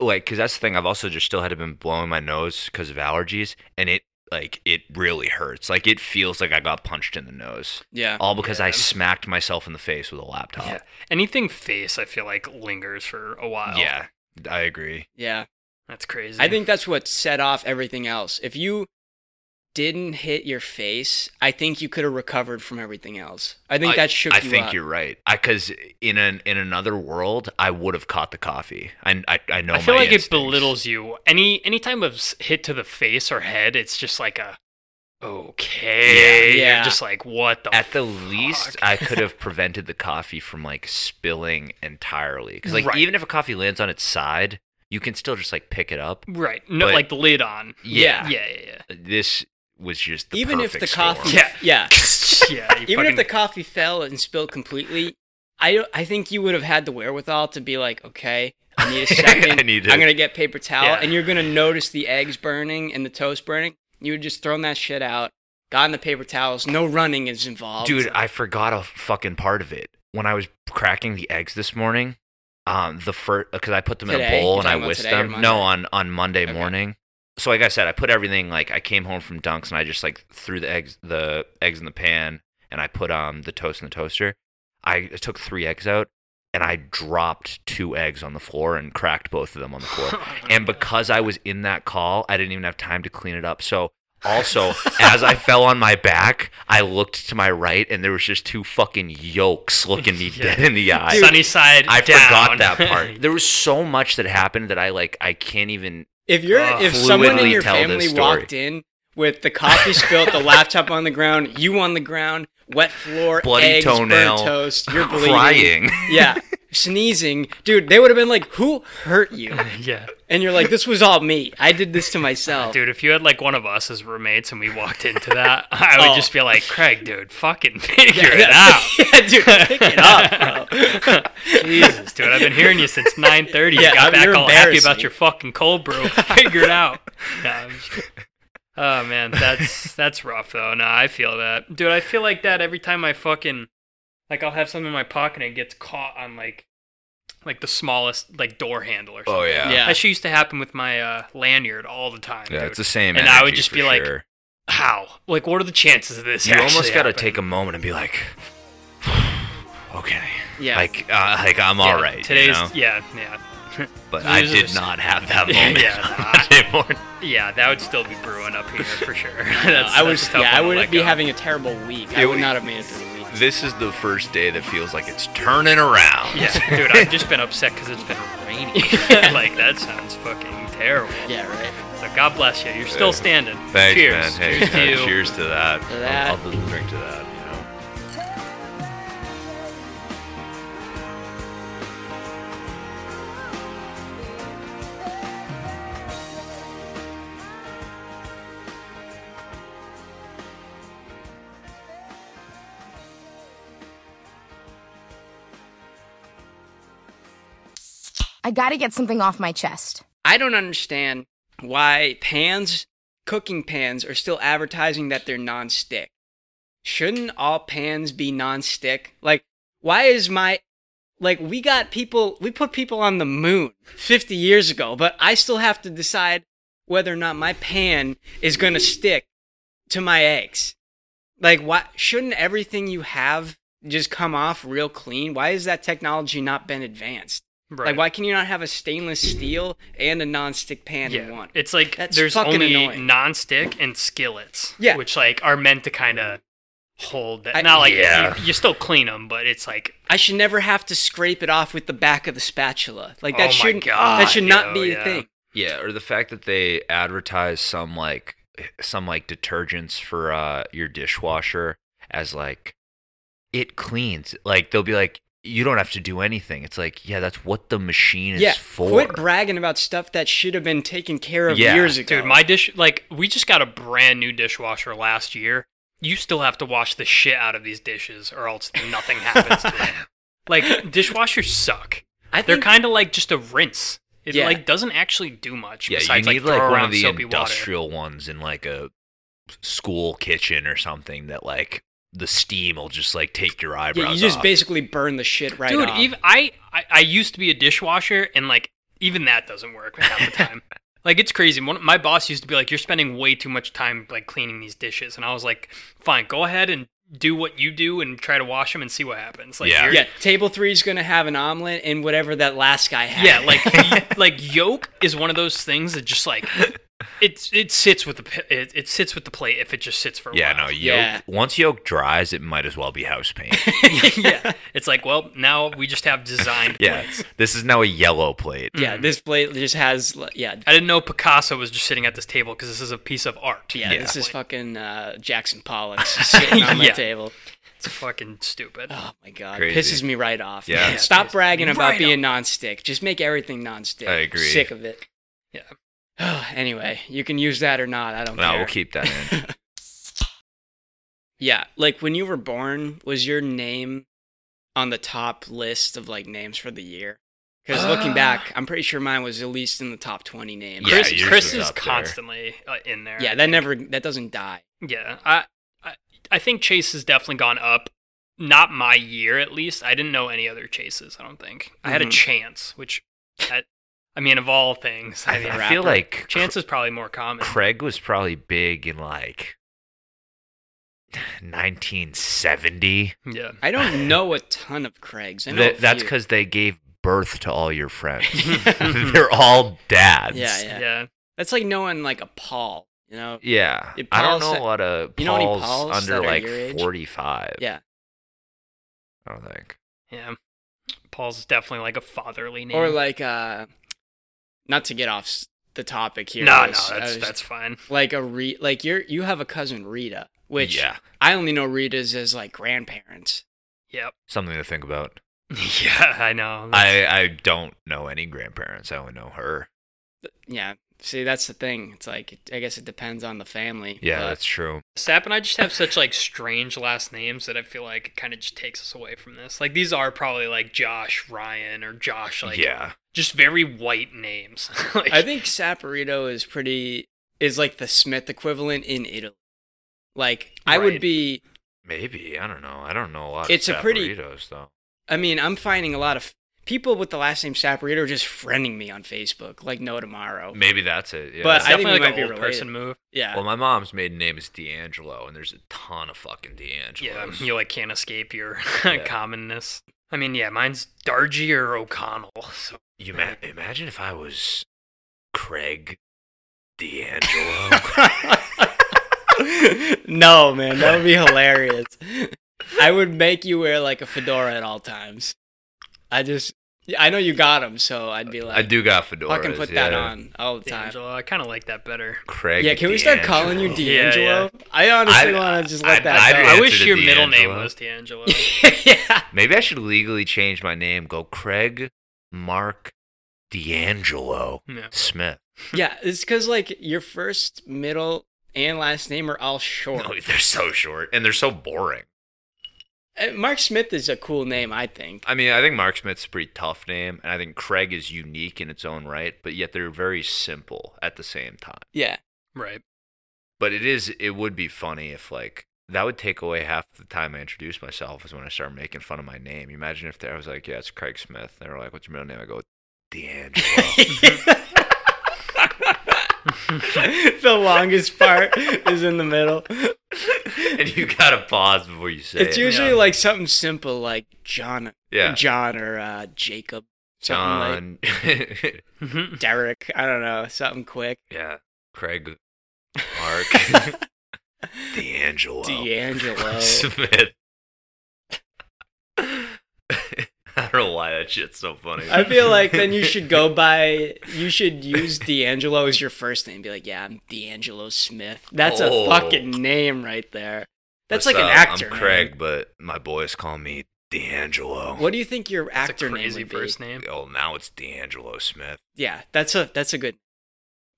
[SPEAKER 4] like, cause that's the thing. I've also just still had been blowing my nose because of allergies, and it like it really hurts. Like it feels like I got punched in the nose,
[SPEAKER 6] Yeah.
[SPEAKER 4] all because I
[SPEAKER 5] Yeah.
[SPEAKER 4] smacked myself in the face with a laptop.
[SPEAKER 5] Yeah. anything face, I feel like lingers for a while."
[SPEAKER 4] Yeah, I agree.
[SPEAKER 6] Yeah.
[SPEAKER 5] that's crazy.
[SPEAKER 6] I think that's what set off everything else. If you didn't hit your face, I think you could have recovered from everything else. I think that shook
[SPEAKER 4] I
[SPEAKER 6] you
[SPEAKER 4] think
[SPEAKER 6] up.
[SPEAKER 4] you're right. I because in an in another world, I would have caught the coffee. I I, I know.
[SPEAKER 5] I feel
[SPEAKER 4] Oh, my
[SPEAKER 5] like
[SPEAKER 4] instincts.
[SPEAKER 5] it belittles you. Any any time of s- hit to the face or head, it's just like a okay.
[SPEAKER 6] Yeah, yeah.
[SPEAKER 5] You're just like what the
[SPEAKER 4] At the least,
[SPEAKER 5] fuck?
[SPEAKER 4] I could have prevented the coffee from like spilling entirely. Because like
[SPEAKER 5] Right.
[SPEAKER 4] even if a coffee lands on its side, you can still just like pick it up.
[SPEAKER 5] right no
[SPEAKER 4] But-
[SPEAKER 5] like the lid on.
[SPEAKER 4] Yeah.
[SPEAKER 5] yeah, *laughs* yeah. yeah.
[SPEAKER 4] This was just the
[SPEAKER 6] even if the
[SPEAKER 4] perfect *laughs*
[SPEAKER 6] coffee,
[SPEAKER 4] storm.
[SPEAKER 5] Yeah.
[SPEAKER 6] yeah,
[SPEAKER 5] yeah. you
[SPEAKER 6] even if
[SPEAKER 5] fucking-
[SPEAKER 6] the coffee fell and spilled completely, I don't- I think you would have had the wherewithal to be like, okay,
[SPEAKER 4] *laughs*
[SPEAKER 6] I need a second.
[SPEAKER 4] I need
[SPEAKER 6] I'm
[SPEAKER 4] it.
[SPEAKER 6] gonna get paper towel,
[SPEAKER 5] Yeah.
[SPEAKER 6] and you're gonna notice the eggs burning and the toast burning. You would have just thrown that shit out, gotten the paper towels. No running is involved,
[SPEAKER 4] Dude, I forgot a fucking part of it. When I was cracking the eggs this morning, um, the first because I put them in
[SPEAKER 6] Today?
[SPEAKER 4] a bowl
[SPEAKER 6] You're
[SPEAKER 4] and I
[SPEAKER 6] talking about
[SPEAKER 4] whisked
[SPEAKER 6] today or
[SPEAKER 4] them. No,
[SPEAKER 6] Monday?
[SPEAKER 4] on on Monday
[SPEAKER 6] Okay.
[SPEAKER 4] morning. So like I said, I put everything like I came home from Dunks and I just like threw the eggs the eggs in the pan and I put um the toast in the toaster. I took three eggs out and I dropped two eggs on the floor and cracked both of them on the
[SPEAKER 5] *laughs*
[SPEAKER 4] floor. and because I was in that call, I didn't even have time to clean it up. So also, as
[SPEAKER 5] *laughs*
[SPEAKER 4] I fell on my back, I looked to my right and there was just two fucking yolks looking me
[SPEAKER 5] *laughs* Yeah.
[SPEAKER 4] dead in the eye.
[SPEAKER 5] sunny side.
[SPEAKER 4] I
[SPEAKER 5] down.
[SPEAKER 4] forgot that
[SPEAKER 5] *laughs*
[SPEAKER 4] part. There was so much that happened that I like I can't even
[SPEAKER 6] If you're
[SPEAKER 5] Oh.
[SPEAKER 6] if someone in
[SPEAKER 4] Fluidly
[SPEAKER 6] your
[SPEAKER 4] tell this
[SPEAKER 6] family
[SPEAKER 4] story.
[SPEAKER 6] walked in with the coffee spilt, the laptop on the ground, you on the ground, wet floor,
[SPEAKER 4] Bloody
[SPEAKER 6] eggs, burnt
[SPEAKER 4] toenail,
[SPEAKER 6] toast, you're bleeding,
[SPEAKER 4] *laughs* crying.
[SPEAKER 6] yeah, sneezing, dude, they would have been like, "Who hurt you?"
[SPEAKER 5] Yeah.
[SPEAKER 6] And you're like, "This was all me. I did this to myself."
[SPEAKER 5] Dude, if you had like one of us as roommates and we walked into *laughs* that, I would
[SPEAKER 6] Oh.
[SPEAKER 5] just be like, Craig, dude, *laughs* fucking figure it
[SPEAKER 6] yeah,
[SPEAKER 5] out.
[SPEAKER 6] *laughs* yeah, dude, pick it up, bro.
[SPEAKER 5] *laughs* Jesus, dude, I've been hearing you *laughs* since 9:30.
[SPEAKER 6] Yeah,
[SPEAKER 5] you got back
[SPEAKER 6] you're
[SPEAKER 5] all happy about
[SPEAKER 6] embarrassing.
[SPEAKER 5] your fucking cold brew. *laughs* Figure it out. No, I'm just kidding. oh man, *laughs* that's that's rough though. No, I feel that, dude. I feel like that every time I fucking like I'll have something in my pocket and it gets caught on like like the smallest like door handle or something.
[SPEAKER 4] Oh, yeah.
[SPEAKER 6] Yeah.
[SPEAKER 5] That shit used to happen with my uh, lanyard all the time.
[SPEAKER 4] Yeah,
[SPEAKER 5] dude.
[SPEAKER 4] it's the same.
[SPEAKER 5] And I would
[SPEAKER 4] energy
[SPEAKER 5] just
[SPEAKER 4] for
[SPEAKER 5] be like,
[SPEAKER 4] sure.
[SPEAKER 5] how? Like, what are the chances of this?
[SPEAKER 4] you almost got
[SPEAKER 5] got
[SPEAKER 4] to take a moment and be like, *sighs* okay,
[SPEAKER 6] Yeah.
[SPEAKER 4] like, uh, like I'm all right.
[SPEAKER 5] Today's
[SPEAKER 4] you know?
[SPEAKER 5] yeah, yeah.
[SPEAKER 4] but I
[SPEAKER 5] those are
[SPEAKER 4] did
[SPEAKER 5] the-
[SPEAKER 4] not have *laughs* that
[SPEAKER 5] *laughs* Yeah,
[SPEAKER 4] moment
[SPEAKER 5] yeah,
[SPEAKER 4] on
[SPEAKER 5] nah.
[SPEAKER 4] Monday morning.
[SPEAKER 5] Yeah, that would still be brewing up here for sure.
[SPEAKER 4] *laughs*
[SPEAKER 5] *laughs* that's,
[SPEAKER 6] I was,
[SPEAKER 5] that's a tough
[SPEAKER 6] yeah, I
[SPEAKER 5] one to
[SPEAKER 6] would
[SPEAKER 5] let
[SPEAKER 6] be
[SPEAKER 5] go.
[SPEAKER 6] having a terrible week. I
[SPEAKER 4] It
[SPEAKER 6] would
[SPEAKER 4] would-
[SPEAKER 6] not have made it through the week.
[SPEAKER 4] This is the first day that feels like it's turning around. *laughs*
[SPEAKER 5] Yeah, dude, I've just been upset because it's been raining. *laughs* like that sounds fucking terrible.
[SPEAKER 6] Yeah, right.
[SPEAKER 5] So God bless you. You're still standing.
[SPEAKER 4] Thanks,
[SPEAKER 5] cheers.
[SPEAKER 4] man. Hey,
[SPEAKER 5] cheers to
[SPEAKER 4] uh,
[SPEAKER 5] you.
[SPEAKER 4] cheers to that.
[SPEAKER 6] To that.
[SPEAKER 4] I'll, I'll drink to that. You know.
[SPEAKER 9] I gotta get something off my chest.
[SPEAKER 6] I don't understand why pans, cooking pans, are still advertising that they're non-stick. Shouldn't all pans be non-stick? Like, why is my like we got people we put people on the moon 50 years ago, but I still have to decide whether or not my pan is going to stick to my eggs. Like, why shouldn't everything you have just come off real clean? Why has that technology not been advanced?
[SPEAKER 5] Right.
[SPEAKER 6] Like, why can you not have a stainless steel and a non-stick pan
[SPEAKER 5] yeah.
[SPEAKER 6] in one?
[SPEAKER 5] It's like
[SPEAKER 6] That's
[SPEAKER 5] there's
[SPEAKER 6] fucking
[SPEAKER 5] only
[SPEAKER 6] annoying.
[SPEAKER 5] non-stick and skillets.
[SPEAKER 6] Yeah.
[SPEAKER 5] Which like are meant to kind of hold that.
[SPEAKER 6] I-
[SPEAKER 5] Not like
[SPEAKER 4] Yeah.
[SPEAKER 5] you, you still clean them, but it's like
[SPEAKER 6] I should never have to scrape it off with the back of the spatula. Like
[SPEAKER 5] Oh
[SPEAKER 6] that
[SPEAKER 5] my
[SPEAKER 6] shouldn't.
[SPEAKER 5] God,
[SPEAKER 6] that should not
[SPEAKER 5] yo,
[SPEAKER 6] be
[SPEAKER 5] yeah.
[SPEAKER 6] a thing.
[SPEAKER 4] Yeah, or the fact that they advertise some like some like detergents for uh your dishwasher as like it cleans. Like they'll be like you don't have to do anything. It's like, yeah, that's what the machine is
[SPEAKER 6] Yeah,
[SPEAKER 4] for.
[SPEAKER 6] quit bragging about stuff that should have been taken care of
[SPEAKER 4] Yeah.
[SPEAKER 6] years ago.
[SPEAKER 5] Dude, my dish like we just got a brand new dishwasher last year. You still have to wash the shit out of these dishes or else nothing happens
[SPEAKER 4] *laughs*
[SPEAKER 5] to them. Like dishwashers suck.
[SPEAKER 6] I
[SPEAKER 5] They're
[SPEAKER 6] think-
[SPEAKER 5] kind of like just a rinse. It
[SPEAKER 6] Yeah.
[SPEAKER 5] like doesn't actually do much
[SPEAKER 4] yeah,
[SPEAKER 5] besides
[SPEAKER 4] you need
[SPEAKER 5] like throw
[SPEAKER 4] one
[SPEAKER 5] around
[SPEAKER 4] of the
[SPEAKER 5] soapy water.
[SPEAKER 4] industrial ones in like a school kitchen or something that like the steam will just like take your eyebrows
[SPEAKER 6] yeah, you just
[SPEAKER 4] off.
[SPEAKER 6] basically burn the shit right
[SPEAKER 5] Dude,
[SPEAKER 6] off.
[SPEAKER 5] even I, I I used to be a dishwasher and like even that doesn't work half the time. like it's crazy. One, my boss used to be like, "You're spending way too much time like cleaning these dishes," and I was like, "Fine, go ahead and do what you do and try to wash them and see what happens." Like
[SPEAKER 4] Yeah.
[SPEAKER 5] you're-
[SPEAKER 6] yeah, table three is gonna have an omelet and whatever that last guy had.
[SPEAKER 5] Yeah, like y- like yolk is one of those things that just like it it sits with the p- it, it sits with the plate if it just sits for a
[SPEAKER 4] yeah,
[SPEAKER 5] while.
[SPEAKER 4] no, yolk.
[SPEAKER 6] Yeah.
[SPEAKER 4] Once yolk dries, it might as well be house
[SPEAKER 6] *laughs*
[SPEAKER 4] paint.
[SPEAKER 5] *laughs* yeah. It's like, well, now we just have designed
[SPEAKER 4] yeah,
[SPEAKER 5] plates.
[SPEAKER 4] this is now a yellow plate.
[SPEAKER 6] yeah,
[SPEAKER 5] hmm.
[SPEAKER 6] this plate just has like, yeah,
[SPEAKER 5] I didn't know Picasso was just sitting at this table because this is a piece of art.
[SPEAKER 6] yeah.
[SPEAKER 4] Yeah.
[SPEAKER 6] This is fucking uh, Jackson
[SPEAKER 5] *laughs*
[SPEAKER 6] Pollock's sitting on my
[SPEAKER 5] Yeah.
[SPEAKER 6] table.
[SPEAKER 5] It's fucking stupid.
[SPEAKER 6] Oh my god,
[SPEAKER 4] Crazy.
[SPEAKER 6] pisses me right off.
[SPEAKER 4] Yeah.
[SPEAKER 6] man. stop
[SPEAKER 5] Pisses
[SPEAKER 6] bragging
[SPEAKER 5] me
[SPEAKER 6] about
[SPEAKER 5] right
[SPEAKER 6] being non-stick. Just make everything non-stick.
[SPEAKER 4] I agree.
[SPEAKER 6] Sick of it.
[SPEAKER 5] Yeah.
[SPEAKER 6] *sighs* anyway, you can use that or not. I don't
[SPEAKER 4] No,
[SPEAKER 6] care.
[SPEAKER 4] we'll keep that in.
[SPEAKER 6] Yeah, like when you were born, was your name on the top list of like names for the year? Because looking
[SPEAKER 4] Uh.
[SPEAKER 6] back, I'm pretty sure mine was at least in the top 20 names.
[SPEAKER 4] Yeah,
[SPEAKER 5] Chris,
[SPEAKER 4] yours
[SPEAKER 5] Chris
[SPEAKER 4] is
[SPEAKER 5] is
[SPEAKER 4] up there.
[SPEAKER 5] constantly uh, in there.
[SPEAKER 6] yeah, that never that doesn't die.
[SPEAKER 5] Yeah, I, I I think Chase has definitely gone up. Not my year, at least. I didn't know any other Chases. I don't think I had a
[SPEAKER 6] Mhm.
[SPEAKER 5] chance, which, I, I mean, of all things, I,
[SPEAKER 4] I,
[SPEAKER 5] mean,
[SPEAKER 4] feel
[SPEAKER 6] rapper.
[SPEAKER 4] like Cr-
[SPEAKER 5] chance is probably more common.
[SPEAKER 4] Craig was probably big in like 1970.
[SPEAKER 5] Yeah,
[SPEAKER 6] I
[SPEAKER 4] *laughs*
[SPEAKER 6] don't know a ton of Craigs. I know
[SPEAKER 4] Th-
[SPEAKER 6] a
[SPEAKER 4] that's
[SPEAKER 6] few.
[SPEAKER 4] because they gave birth to all your friends.
[SPEAKER 6] *laughs*
[SPEAKER 4] *laughs* They're all dads.
[SPEAKER 6] Yeah, yeah,
[SPEAKER 5] yeah.
[SPEAKER 6] That's like knowing like a Paul, you know?
[SPEAKER 4] Yeah.
[SPEAKER 6] Yeah,
[SPEAKER 4] I don't
[SPEAKER 6] Paul's-
[SPEAKER 4] know what a
[SPEAKER 6] you know any
[SPEAKER 4] Paul's
[SPEAKER 6] Pauls
[SPEAKER 4] under
[SPEAKER 6] that are
[SPEAKER 4] like
[SPEAKER 6] your age?
[SPEAKER 4] 45.
[SPEAKER 6] Yeah.
[SPEAKER 4] I don't think.
[SPEAKER 5] yeah. Paul's definitely like a fatherly name.
[SPEAKER 6] Or like uh not to get off s- the topic here.
[SPEAKER 5] no,
[SPEAKER 6] I
[SPEAKER 5] no,
[SPEAKER 6] was-
[SPEAKER 5] that's
[SPEAKER 6] I was-
[SPEAKER 5] that's fine.
[SPEAKER 6] like a re like you're you have a cousin Rita, which
[SPEAKER 4] yeah,
[SPEAKER 6] I only know Rita's as like grandparents.
[SPEAKER 5] Yep.
[SPEAKER 4] something to think about.
[SPEAKER 5] Yeah, *laughs* I know.
[SPEAKER 4] I I don't know any grandparents. I only know her.
[SPEAKER 6] Yeah. See, that's the thing. It's like it, I guess it depends on the family.
[SPEAKER 4] Yeah,
[SPEAKER 6] but-
[SPEAKER 4] that's true.
[SPEAKER 5] Sap and I just have such like strange last names that I feel like it kind of just takes us away from this. Like these are probably like Josh Ryan or Josh like
[SPEAKER 4] yeah,
[SPEAKER 5] just very white names. *laughs* like,
[SPEAKER 6] I think Saporito is pretty is like the Smith equivalent in Italy. Like I
[SPEAKER 5] Right.
[SPEAKER 6] would be
[SPEAKER 4] maybe I don't know. I don't know a lot.
[SPEAKER 6] It's
[SPEAKER 4] of
[SPEAKER 6] a pretty-
[SPEAKER 4] Saporitos, though.
[SPEAKER 6] I mean, I'm finding a lot of people with the last name Saporito are just friending me on Facebook, like no tomorrow.
[SPEAKER 4] Maybe that's it. Yeah.
[SPEAKER 6] But
[SPEAKER 5] it's
[SPEAKER 6] I think
[SPEAKER 5] definitely like
[SPEAKER 6] we might
[SPEAKER 5] an
[SPEAKER 6] be
[SPEAKER 5] old
[SPEAKER 6] related.
[SPEAKER 5] person move.
[SPEAKER 6] Yeah.
[SPEAKER 4] well, my mom's maiden name is D'Angelo, and there's a ton of fucking
[SPEAKER 5] Yeah,
[SPEAKER 4] D'Angelos.
[SPEAKER 5] you like can't escape your *laughs*
[SPEAKER 4] Yeah.
[SPEAKER 5] commonness. I mean, yeah, mine's Dargy or O'Connell. *laughs* So
[SPEAKER 4] You ma- imagine if I was
[SPEAKER 6] *laughs*
[SPEAKER 4] Craig D'Angelo.
[SPEAKER 6] *laughs* no, man, that would be hilarious. I would make you wear like a fedora at all times. I just, yeah, I know you got them, so I'd be like,
[SPEAKER 4] I do got fedoras.
[SPEAKER 6] fucking put that
[SPEAKER 4] yeah.
[SPEAKER 6] on all the time.
[SPEAKER 5] D'Angelo, I kind of like that better.
[SPEAKER 4] Craig.
[SPEAKER 6] Yeah, can we start calling you
[SPEAKER 4] D'Angelo.
[SPEAKER 5] Yeah,
[SPEAKER 6] D'Angelo? I honestly want to just let
[SPEAKER 4] I'd-
[SPEAKER 6] that
[SPEAKER 4] I'd
[SPEAKER 6] go.
[SPEAKER 5] I
[SPEAKER 4] answer
[SPEAKER 5] wish
[SPEAKER 4] to
[SPEAKER 5] your middle name
[SPEAKER 4] D'Angelo.
[SPEAKER 5] was
[SPEAKER 6] *laughs*
[SPEAKER 5] D'Angelo.
[SPEAKER 6] yeah.
[SPEAKER 4] Maybe I should legally change my name. Go Craig Mark D'Angelo
[SPEAKER 5] Yeah.
[SPEAKER 4] Smith.
[SPEAKER 6] yeah, it's because like your first, middle, and last name are all short.
[SPEAKER 4] No, *laughs* they're so short and they're so boring.
[SPEAKER 6] Uh, Mark Smith is a cool name, I think.
[SPEAKER 4] I mean, I think Mark Smith's a pretty tough name, and I think Craig is unique in its own right, but yet they're very simple at the same time.
[SPEAKER 6] Yeah,
[SPEAKER 5] right.
[SPEAKER 4] But it is, it would be funny if like that would take away half the time I introduce myself is when I start making fun of my name. You Imagine if I was like, yeah, it's Craig Smith. They were like, what's your middle name? I go, D'Angelo. *laughs*
[SPEAKER 6] the longest part is in the middle.
[SPEAKER 4] and you gotta pause before you say
[SPEAKER 6] It's
[SPEAKER 4] it.
[SPEAKER 6] usually
[SPEAKER 5] yeah.
[SPEAKER 6] like something simple like John,
[SPEAKER 4] Yeah.
[SPEAKER 6] John or uh, Jacob, something
[SPEAKER 4] John. *laughs*
[SPEAKER 6] like Derek. I don't know, something quick.
[SPEAKER 4] yeah. Craig. Mark. *laughs* D'Angelo. *laughs*
[SPEAKER 6] D'Angelo.
[SPEAKER 4] Smith. *laughs* I don't know why that shit's so funny.
[SPEAKER 6] I feel like then you
[SPEAKER 4] *laughs*
[SPEAKER 6] should go by. You should use D'Angelo as your first name. Be like, yeah, I'm D'Angelo Smith. That's
[SPEAKER 4] Oh.
[SPEAKER 6] a fucking name right there. That's
[SPEAKER 4] What's
[SPEAKER 6] like an
[SPEAKER 4] up?
[SPEAKER 6] actor.
[SPEAKER 4] I'm
[SPEAKER 6] name.
[SPEAKER 4] Craig, but my boys call me D'Angelo.
[SPEAKER 6] What do you think your
[SPEAKER 5] *laughs* That's
[SPEAKER 6] actor
[SPEAKER 5] a crazy
[SPEAKER 6] name would be?
[SPEAKER 5] first name.
[SPEAKER 4] Oh, now it's D'Angelo Smith,
[SPEAKER 6] Yeah, that's a that's a good.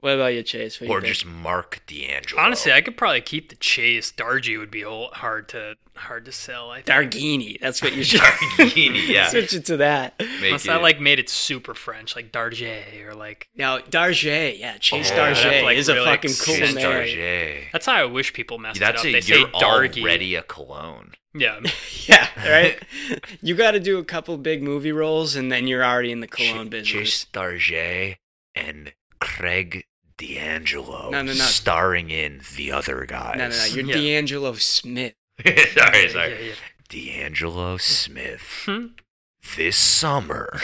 [SPEAKER 6] What about you, Chase? What do you
[SPEAKER 4] or
[SPEAKER 6] think?
[SPEAKER 4] just Mark D'Angelo.
[SPEAKER 5] Honestly, I could probably keep the chase. Dargy would be whole- hard to hard to sell. I think.
[SPEAKER 6] Dargini.
[SPEAKER 4] *laughs*
[SPEAKER 6] That's what you should. *laughs*
[SPEAKER 4] Dargini, yeah.
[SPEAKER 6] Switch it to that.
[SPEAKER 4] Make
[SPEAKER 5] Unless
[SPEAKER 4] it-
[SPEAKER 5] I like made it super French, like Darger or like.
[SPEAKER 6] Now Darge, yeah, Chase
[SPEAKER 4] Oh,
[SPEAKER 6] Darge
[SPEAKER 4] I'd have
[SPEAKER 5] to, like,
[SPEAKER 6] is a
[SPEAKER 5] really
[SPEAKER 6] fucking cool
[SPEAKER 5] extend
[SPEAKER 4] Chase
[SPEAKER 6] name.
[SPEAKER 4] Darget.
[SPEAKER 5] That's how I wish people messed
[SPEAKER 4] That's
[SPEAKER 5] it up.
[SPEAKER 4] a
[SPEAKER 5] they say
[SPEAKER 4] you're
[SPEAKER 5] Dargy.
[SPEAKER 4] already a cologne. *laughs*
[SPEAKER 5] Yeah,
[SPEAKER 6] *laughs* Yeah, right. you got to do a couple big movie roles, and then you're already in the cologne
[SPEAKER 4] Ch-
[SPEAKER 6] business.
[SPEAKER 4] Chase Darget and Craig D'Angelo.
[SPEAKER 6] No, no, no.
[SPEAKER 4] Starring in the other guys.
[SPEAKER 6] No, no, no. You're
[SPEAKER 5] Yeah.
[SPEAKER 6] D'Angelo Smith.
[SPEAKER 4] *laughs* sorry,
[SPEAKER 5] Yeah,
[SPEAKER 4] sorry.
[SPEAKER 5] yeah, Hmm?
[SPEAKER 4] D'Angelo Smith
[SPEAKER 5] yeah.
[SPEAKER 4] this
[SPEAKER 5] *laughs*
[SPEAKER 4] summer.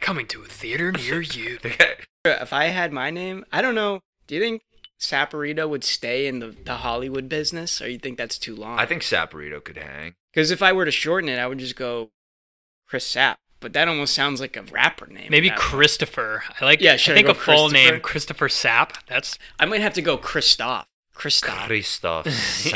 [SPEAKER 5] Coming to a
[SPEAKER 4] *laughs*
[SPEAKER 5] theater near you.
[SPEAKER 4] The guy-
[SPEAKER 6] If I had my name, I don't know. Do you think Saporito would stay in the, the Hollywood business, or you think that's too long?
[SPEAKER 4] I think Saporito could hang.
[SPEAKER 6] Because if I were to shorten it, I would just go Chris Sapp. But that almost sounds like a rapper name.
[SPEAKER 5] Maybe
[SPEAKER 6] I-
[SPEAKER 5] Christopher. I like.
[SPEAKER 6] Yeah,
[SPEAKER 5] I
[SPEAKER 6] should I
[SPEAKER 5] think
[SPEAKER 6] go
[SPEAKER 5] a full name Christopher Sapp. That's.
[SPEAKER 6] I might have to go Christoph. Christoph.
[SPEAKER 4] Christoph
[SPEAKER 5] *laughs* Yeah.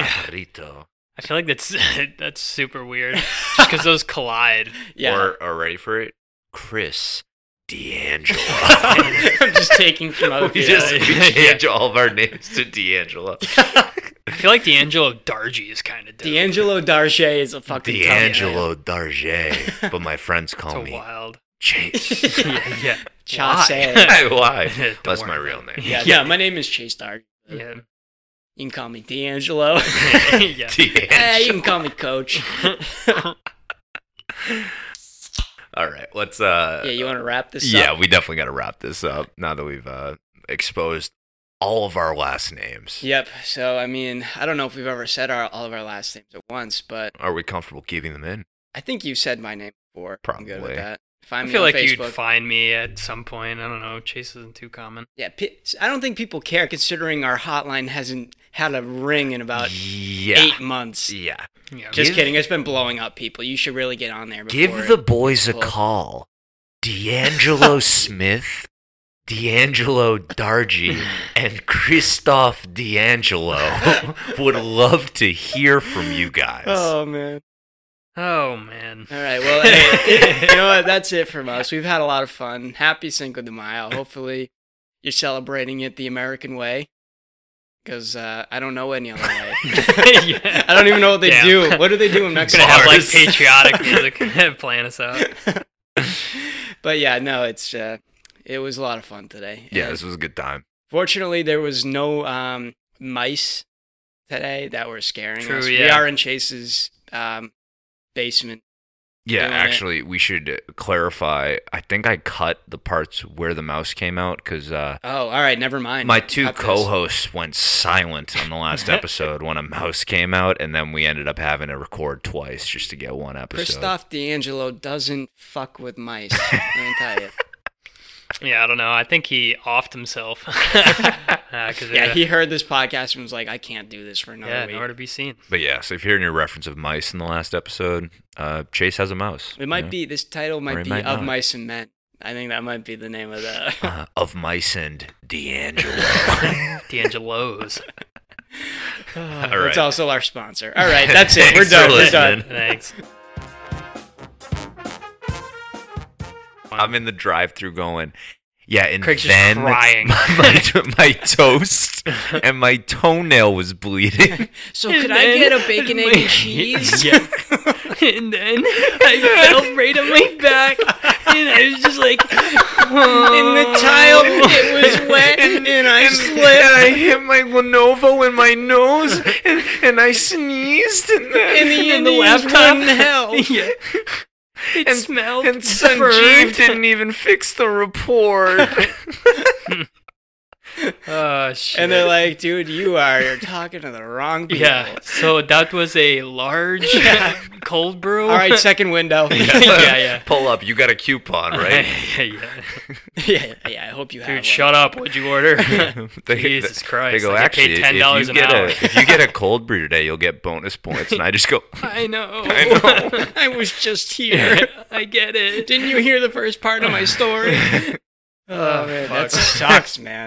[SPEAKER 4] Saporito.
[SPEAKER 5] I feel like that's *laughs* that's super
[SPEAKER 4] *laughs*
[SPEAKER 5] weird because those collide.
[SPEAKER 6] Yeah.
[SPEAKER 4] Or, or ready for it? Chris
[SPEAKER 5] *laughs*
[SPEAKER 4] *laughs* D'Angelo.
[SPEAKER 6] *laughs* I'm just taking from other
[SPEAKER 4] *laughs* we *laughs*
[SPEAKER 6] people. *laughs*
[SPEAKER 5] *laughs*
[SPEAKER 4] just we change all of our names to D'Angelo.
[SPEAKER 5] feel like D'Angelo Dargy is kind of dope.
[SPEAKER 6] D'Angelo Darche is a fucking tough guy. *laughs*
[SPEAKER 4] D'Angelo *laughs*
[SPEAKER 5] *laughs*
[SPEAKER 4] Darge, but my friends
[SPEAKER 5] It's
[SPEAKER 4] call
[SPEAKER 5] a
[SPEAKER 4] me *laughs*
[SPEAKER 5] wild.
[SPEAKER 4] Chase.
[SPEAKER 5] *laughs* yeah, yeah.
[SPEAKER 4] *laughs*
[SPEAKER 6] Chase.
[SPEAKER 4] Why? *laughs* Why?
[SPEAKER 5] Don't
[SPEAKER 4] That's
[SPEAKER 5] worry
[SPEAKER 4] my
[SPEAKER 5] about
[SPEAKER 4] real
[SPEAKER 5] it.
[SPEAKER 4] name.
[SPEAKER 6] Yeah,
[SPEAKER 5] Yeah.
[SPEAKER 6] no, my name is Chase Darge. *laughs*
[SPEAKER 5] yeah.
[SPEAKER 6] You can call me D'Angelo. *laughs*
[SPEAKER 5] yeah.
[SPEAKER 6] Eh, you
[SPEAKER 4] D'Angelo.
[SPEAKER 6] can call
[SPEAKER 4] *laughs*
[SPEAKER 6] me Coach.
[SPEAKER 4] All right, let's. uh
[SPEAKER 6] Yeah, you want to wrap this
[SPEAKER 4] yeah,
[SPEAKER 6] up?
[SPEAKER 4] we definitely got to wrap this up now that we've uh, exposed all of our last names.
[SPEAKER 6] Yep. So, I mean, I don't know if we've ever said our, all of our last names at once, but
[SPEAKER 4] Are we comfortable keeping them in?
[SPEAKER 6] I think you've said my name before. I'm good
[SPEAKER 4] Probably.
[SPEAKER 6] with that. Find
[SPEAKER 5] I
[SPEAKER 6] me
[SPEAKER 5] feel
[SPEAKER 6] on
[SPEAKER 5] like
[SPEAKER 6] Facebook.
[SPEAKER 5] you'd find me at some point. I don't know. Chase isn't too common.
[SPEAKER 6] yeah, pe- I don't think people care considering our hotline hasn't had a ring in about
[SPEAKER 4] yeah.
[SPEAKER 6] eight months.
[SPEAKER 4] Yeah.
[SPEAKER 5] Yeah.
[SPEAKER 6] Just
[SPEAKER 4] Give-
[SPEAKER 6] kidding. It's been blowing up, people. You should really get on there. Before
[SPEAKER 4] Give the boys a
[SPEAKER 6] Well- *laughs*
[SPEAKER 4] call. D'Angelo Smith, D'Angelo
[SPEAKER 6] *laughs*
[SPEAKER 4] Dargy, and Christoph
[SPEAKER 5] *laughs*
[SPEAKER 6] *laughs*
[SPEAKER 4] D'Angelo would love to hear from you guys.
[SPEAKER 6] Oh man!
[SPEAKER 5] oh man.
[SPEAKER 6] All right. Well, hey, you know what? That's it from us. We've had a lot of fun. Happy Cinco de Mayo. Hopefully, you're celebrating it the American way, because uh, I don't know any other way.
[SPEAKER 5] *laughs* yeah.
[SPEAKER 6] *laughs* I don't even know what they
[SPEAKER 5] Damn.
[SPEAKER 6] do. What do they do
[SPEAKER 5] I'm *laughs*
[SPEAKER 6] in
[SPEAKER 5] gonna
[SPEAKER 6] Mexico?
[SPEAKER 5] have like
[SPEAKER 4] Bars.
[SPEAKER 5] *laughs* patriotic music playing us out.
[SPEAKER 6] *laughs* but yeah, no, it's uh, it was a lot of fun today.
[SPEAKER 4] Yeah,
[SPEAKER 6] And
[SPEAKER 4] this was a good time.
[SPEAKER 6] Fortunately, there was no um, mice today that were scaring
[SPEAKER 5] True,
[SPEAKER 6] us. We
[SPEAKER 5] yeah.
[SPEAKER 6] are in Chase's um, basement.
[SPEAKER 4] Yeah,
[SPEAKER 6] Doing it.
[SPEAKER 4] actually, we should clarify. I think I cut the parts where the mouse came out because uh,
[SPEAKER 6] Oh, all right, never mind.
[SPEAKER 4] my two
[SPEAKER 6] Cut this.
[SPEAKER 4] co-hosts went silent on the
[SPEAKER 6] *laughs*
[SPEAKER 4] last episode when a mouse came out, and then we ended up having to record twice just to get one episode.
[SPEAKER 6] Christoph D'Angelo doesn't fuck
[SPEAKER 4] *laughs*
[SPEAKER 6] with mice. Let me tell you.
[SPEAKER 5] Yeah, I don't know. I think he offed himself. *laughs* Uh, 'cause
[SPEAKER 6] Yeah,
[SPEAKER 5] it-
[SPEAKER 6] he heard this podcast and was like, "I can't do this for another
[SPEAKER 5] yeah,
[SPEAKER 6] week."
[SPEAKER 5] nowhere to be seen.
[SPEAKER 4] But yeah, so if you're hearing your reference of mice in the last episode, uh, Chase has a mouse.
[SPEAKER 6] It might
[SPEAKER 4] you know?
[SPEAKER 6] be this title
[SPEAKER 4] Or
[SPEAKER 6] might
[SPEAKER 4] it
[SPEAKER 6] be
[SPEAKER 4] might
[SPEAKER 6] of
[SPEAKER 4] not.
[SPEAKER 6] mice and men. I think that might be the name of the.
[SPEAKER 4] Uh, of mice and
[SPEAKER 6] *laughs*
[SPEAKER 4] D'Angelo.
[SPEAKER 5] *laughs* D'Angelo's.
[SPEAKER 4] *laughs* All
[SPEAKER 6] It's
[SPEAKER 4] right.
[SPEAKER 6] also our sponsor.
[SPEAKER 4] *laughs*
[SPEAKER 6] All right, that's it. We're
[SPEAKER 4] Thanks
[SPEAKER 6] done.
[SPEAKER 4] for
[SPEAKER 6] We're done.
[SPEAKER 4] listening.
[SPEAKER 6] *laughs*
[SPEAKER 5] Thanks.
[SPEAKER 4] I'm in the drive-through going. Yeah, and
[SPEAKER 5] Craig's just
[SPEAKER 4] then *laughs*
[SPEAKER 5] crying.
[SPEAKER 4] My, my, toast and my toenail was bleeding.
[SPEAKER 6] So
[SPEAKER 5] And
[SPEAKER 6] could I
[SPEAKER 5] then-
[SPEAKER 6] get a bacon, egg, and *laughs* cheese?
[SPEAKER 5] *laughs* Yeah. and then I fell right on my back, and I was just like, *laughs*
[SPEAKER 6] In the tile, Oh. *laughs* it was
[SPEAKER 5] *laughs*
[SPEAKER 6] wet, and I slipped.
[SPEAKER 4] I hit my Lenovo in my nose, and, and I sneezed, and,
[SPEAKER 6] And the,
[SPEAKER 5] And the
[SPEAKER 6] Indians
[SPEAKER 5] laptop.
[SPEAKER 6] were in hell.
[SPEAKER 5] yeah. *laughs* It
[SPEAKER 4] And-
[SPEAKER 5] smelled
[SPEAKER 4] Sanjeev
[SPEAKER 5] *laughs*
[SPEAKER 4] didn't even fix the report.
[SPEAKER 5] Oh shit.
[SPEAKER 6] And they're like, dude, you are you're talking to the wrong people.
[SPEAKER 5] yeah. So that was a
[SPEAKER 6] *laughs*
[SPEAKER 5] large cold brew.
[SPEAKER 6] All right, second window. yeah,
[SPEAKER 5] *laughs* yeah, yeah.
[SPEAKER 4] Pull up. You got a coupon, right?
[SPEAKER 5] *laughs* yeah, yeah.
[SPEAKER 6] *laughs* yeah, yeah. I hope you have
[SPEAKER 5] Dude,
[SPEAKER 6] one.
[SPEAKER 5] shut up. What'd you order?
[SPEAKER 6] *laughs*
[SPEAKER 5] Jesus Christ,
[SPEAKER 4] They go,
[SPEAKER 5] like, I
[SPEAKER 4] actually,
[SPEAKER 5] paid
[SPEAKER 4] if
[SPEAKER 5] $10
[SPEAKER 4] you
[SPEAKER 5] an
[SPEAKER 4] get
[SPEAKER 5] hour."
[SPEAKER 4] a if you get
[SPEAKER 5] *laughs*
[SPEAKER 4] a cold brew today, you'll get bonus points. And I just go,
[SPEAKER 5] *laughs* I know.
[SPEAKER 4] I know.
[SPEAKER 6] *laughs* I was just
[SPEAKER 5] *laughs*
[SPEAKER 6] here.
[SPEAKER 5] I get it. *laughs*
[SPEAKER 6] Didn't you hear the first part of my story? oh man, that
[SPEAKER 5] fuck.
[SPEAKER 6] sucks, man.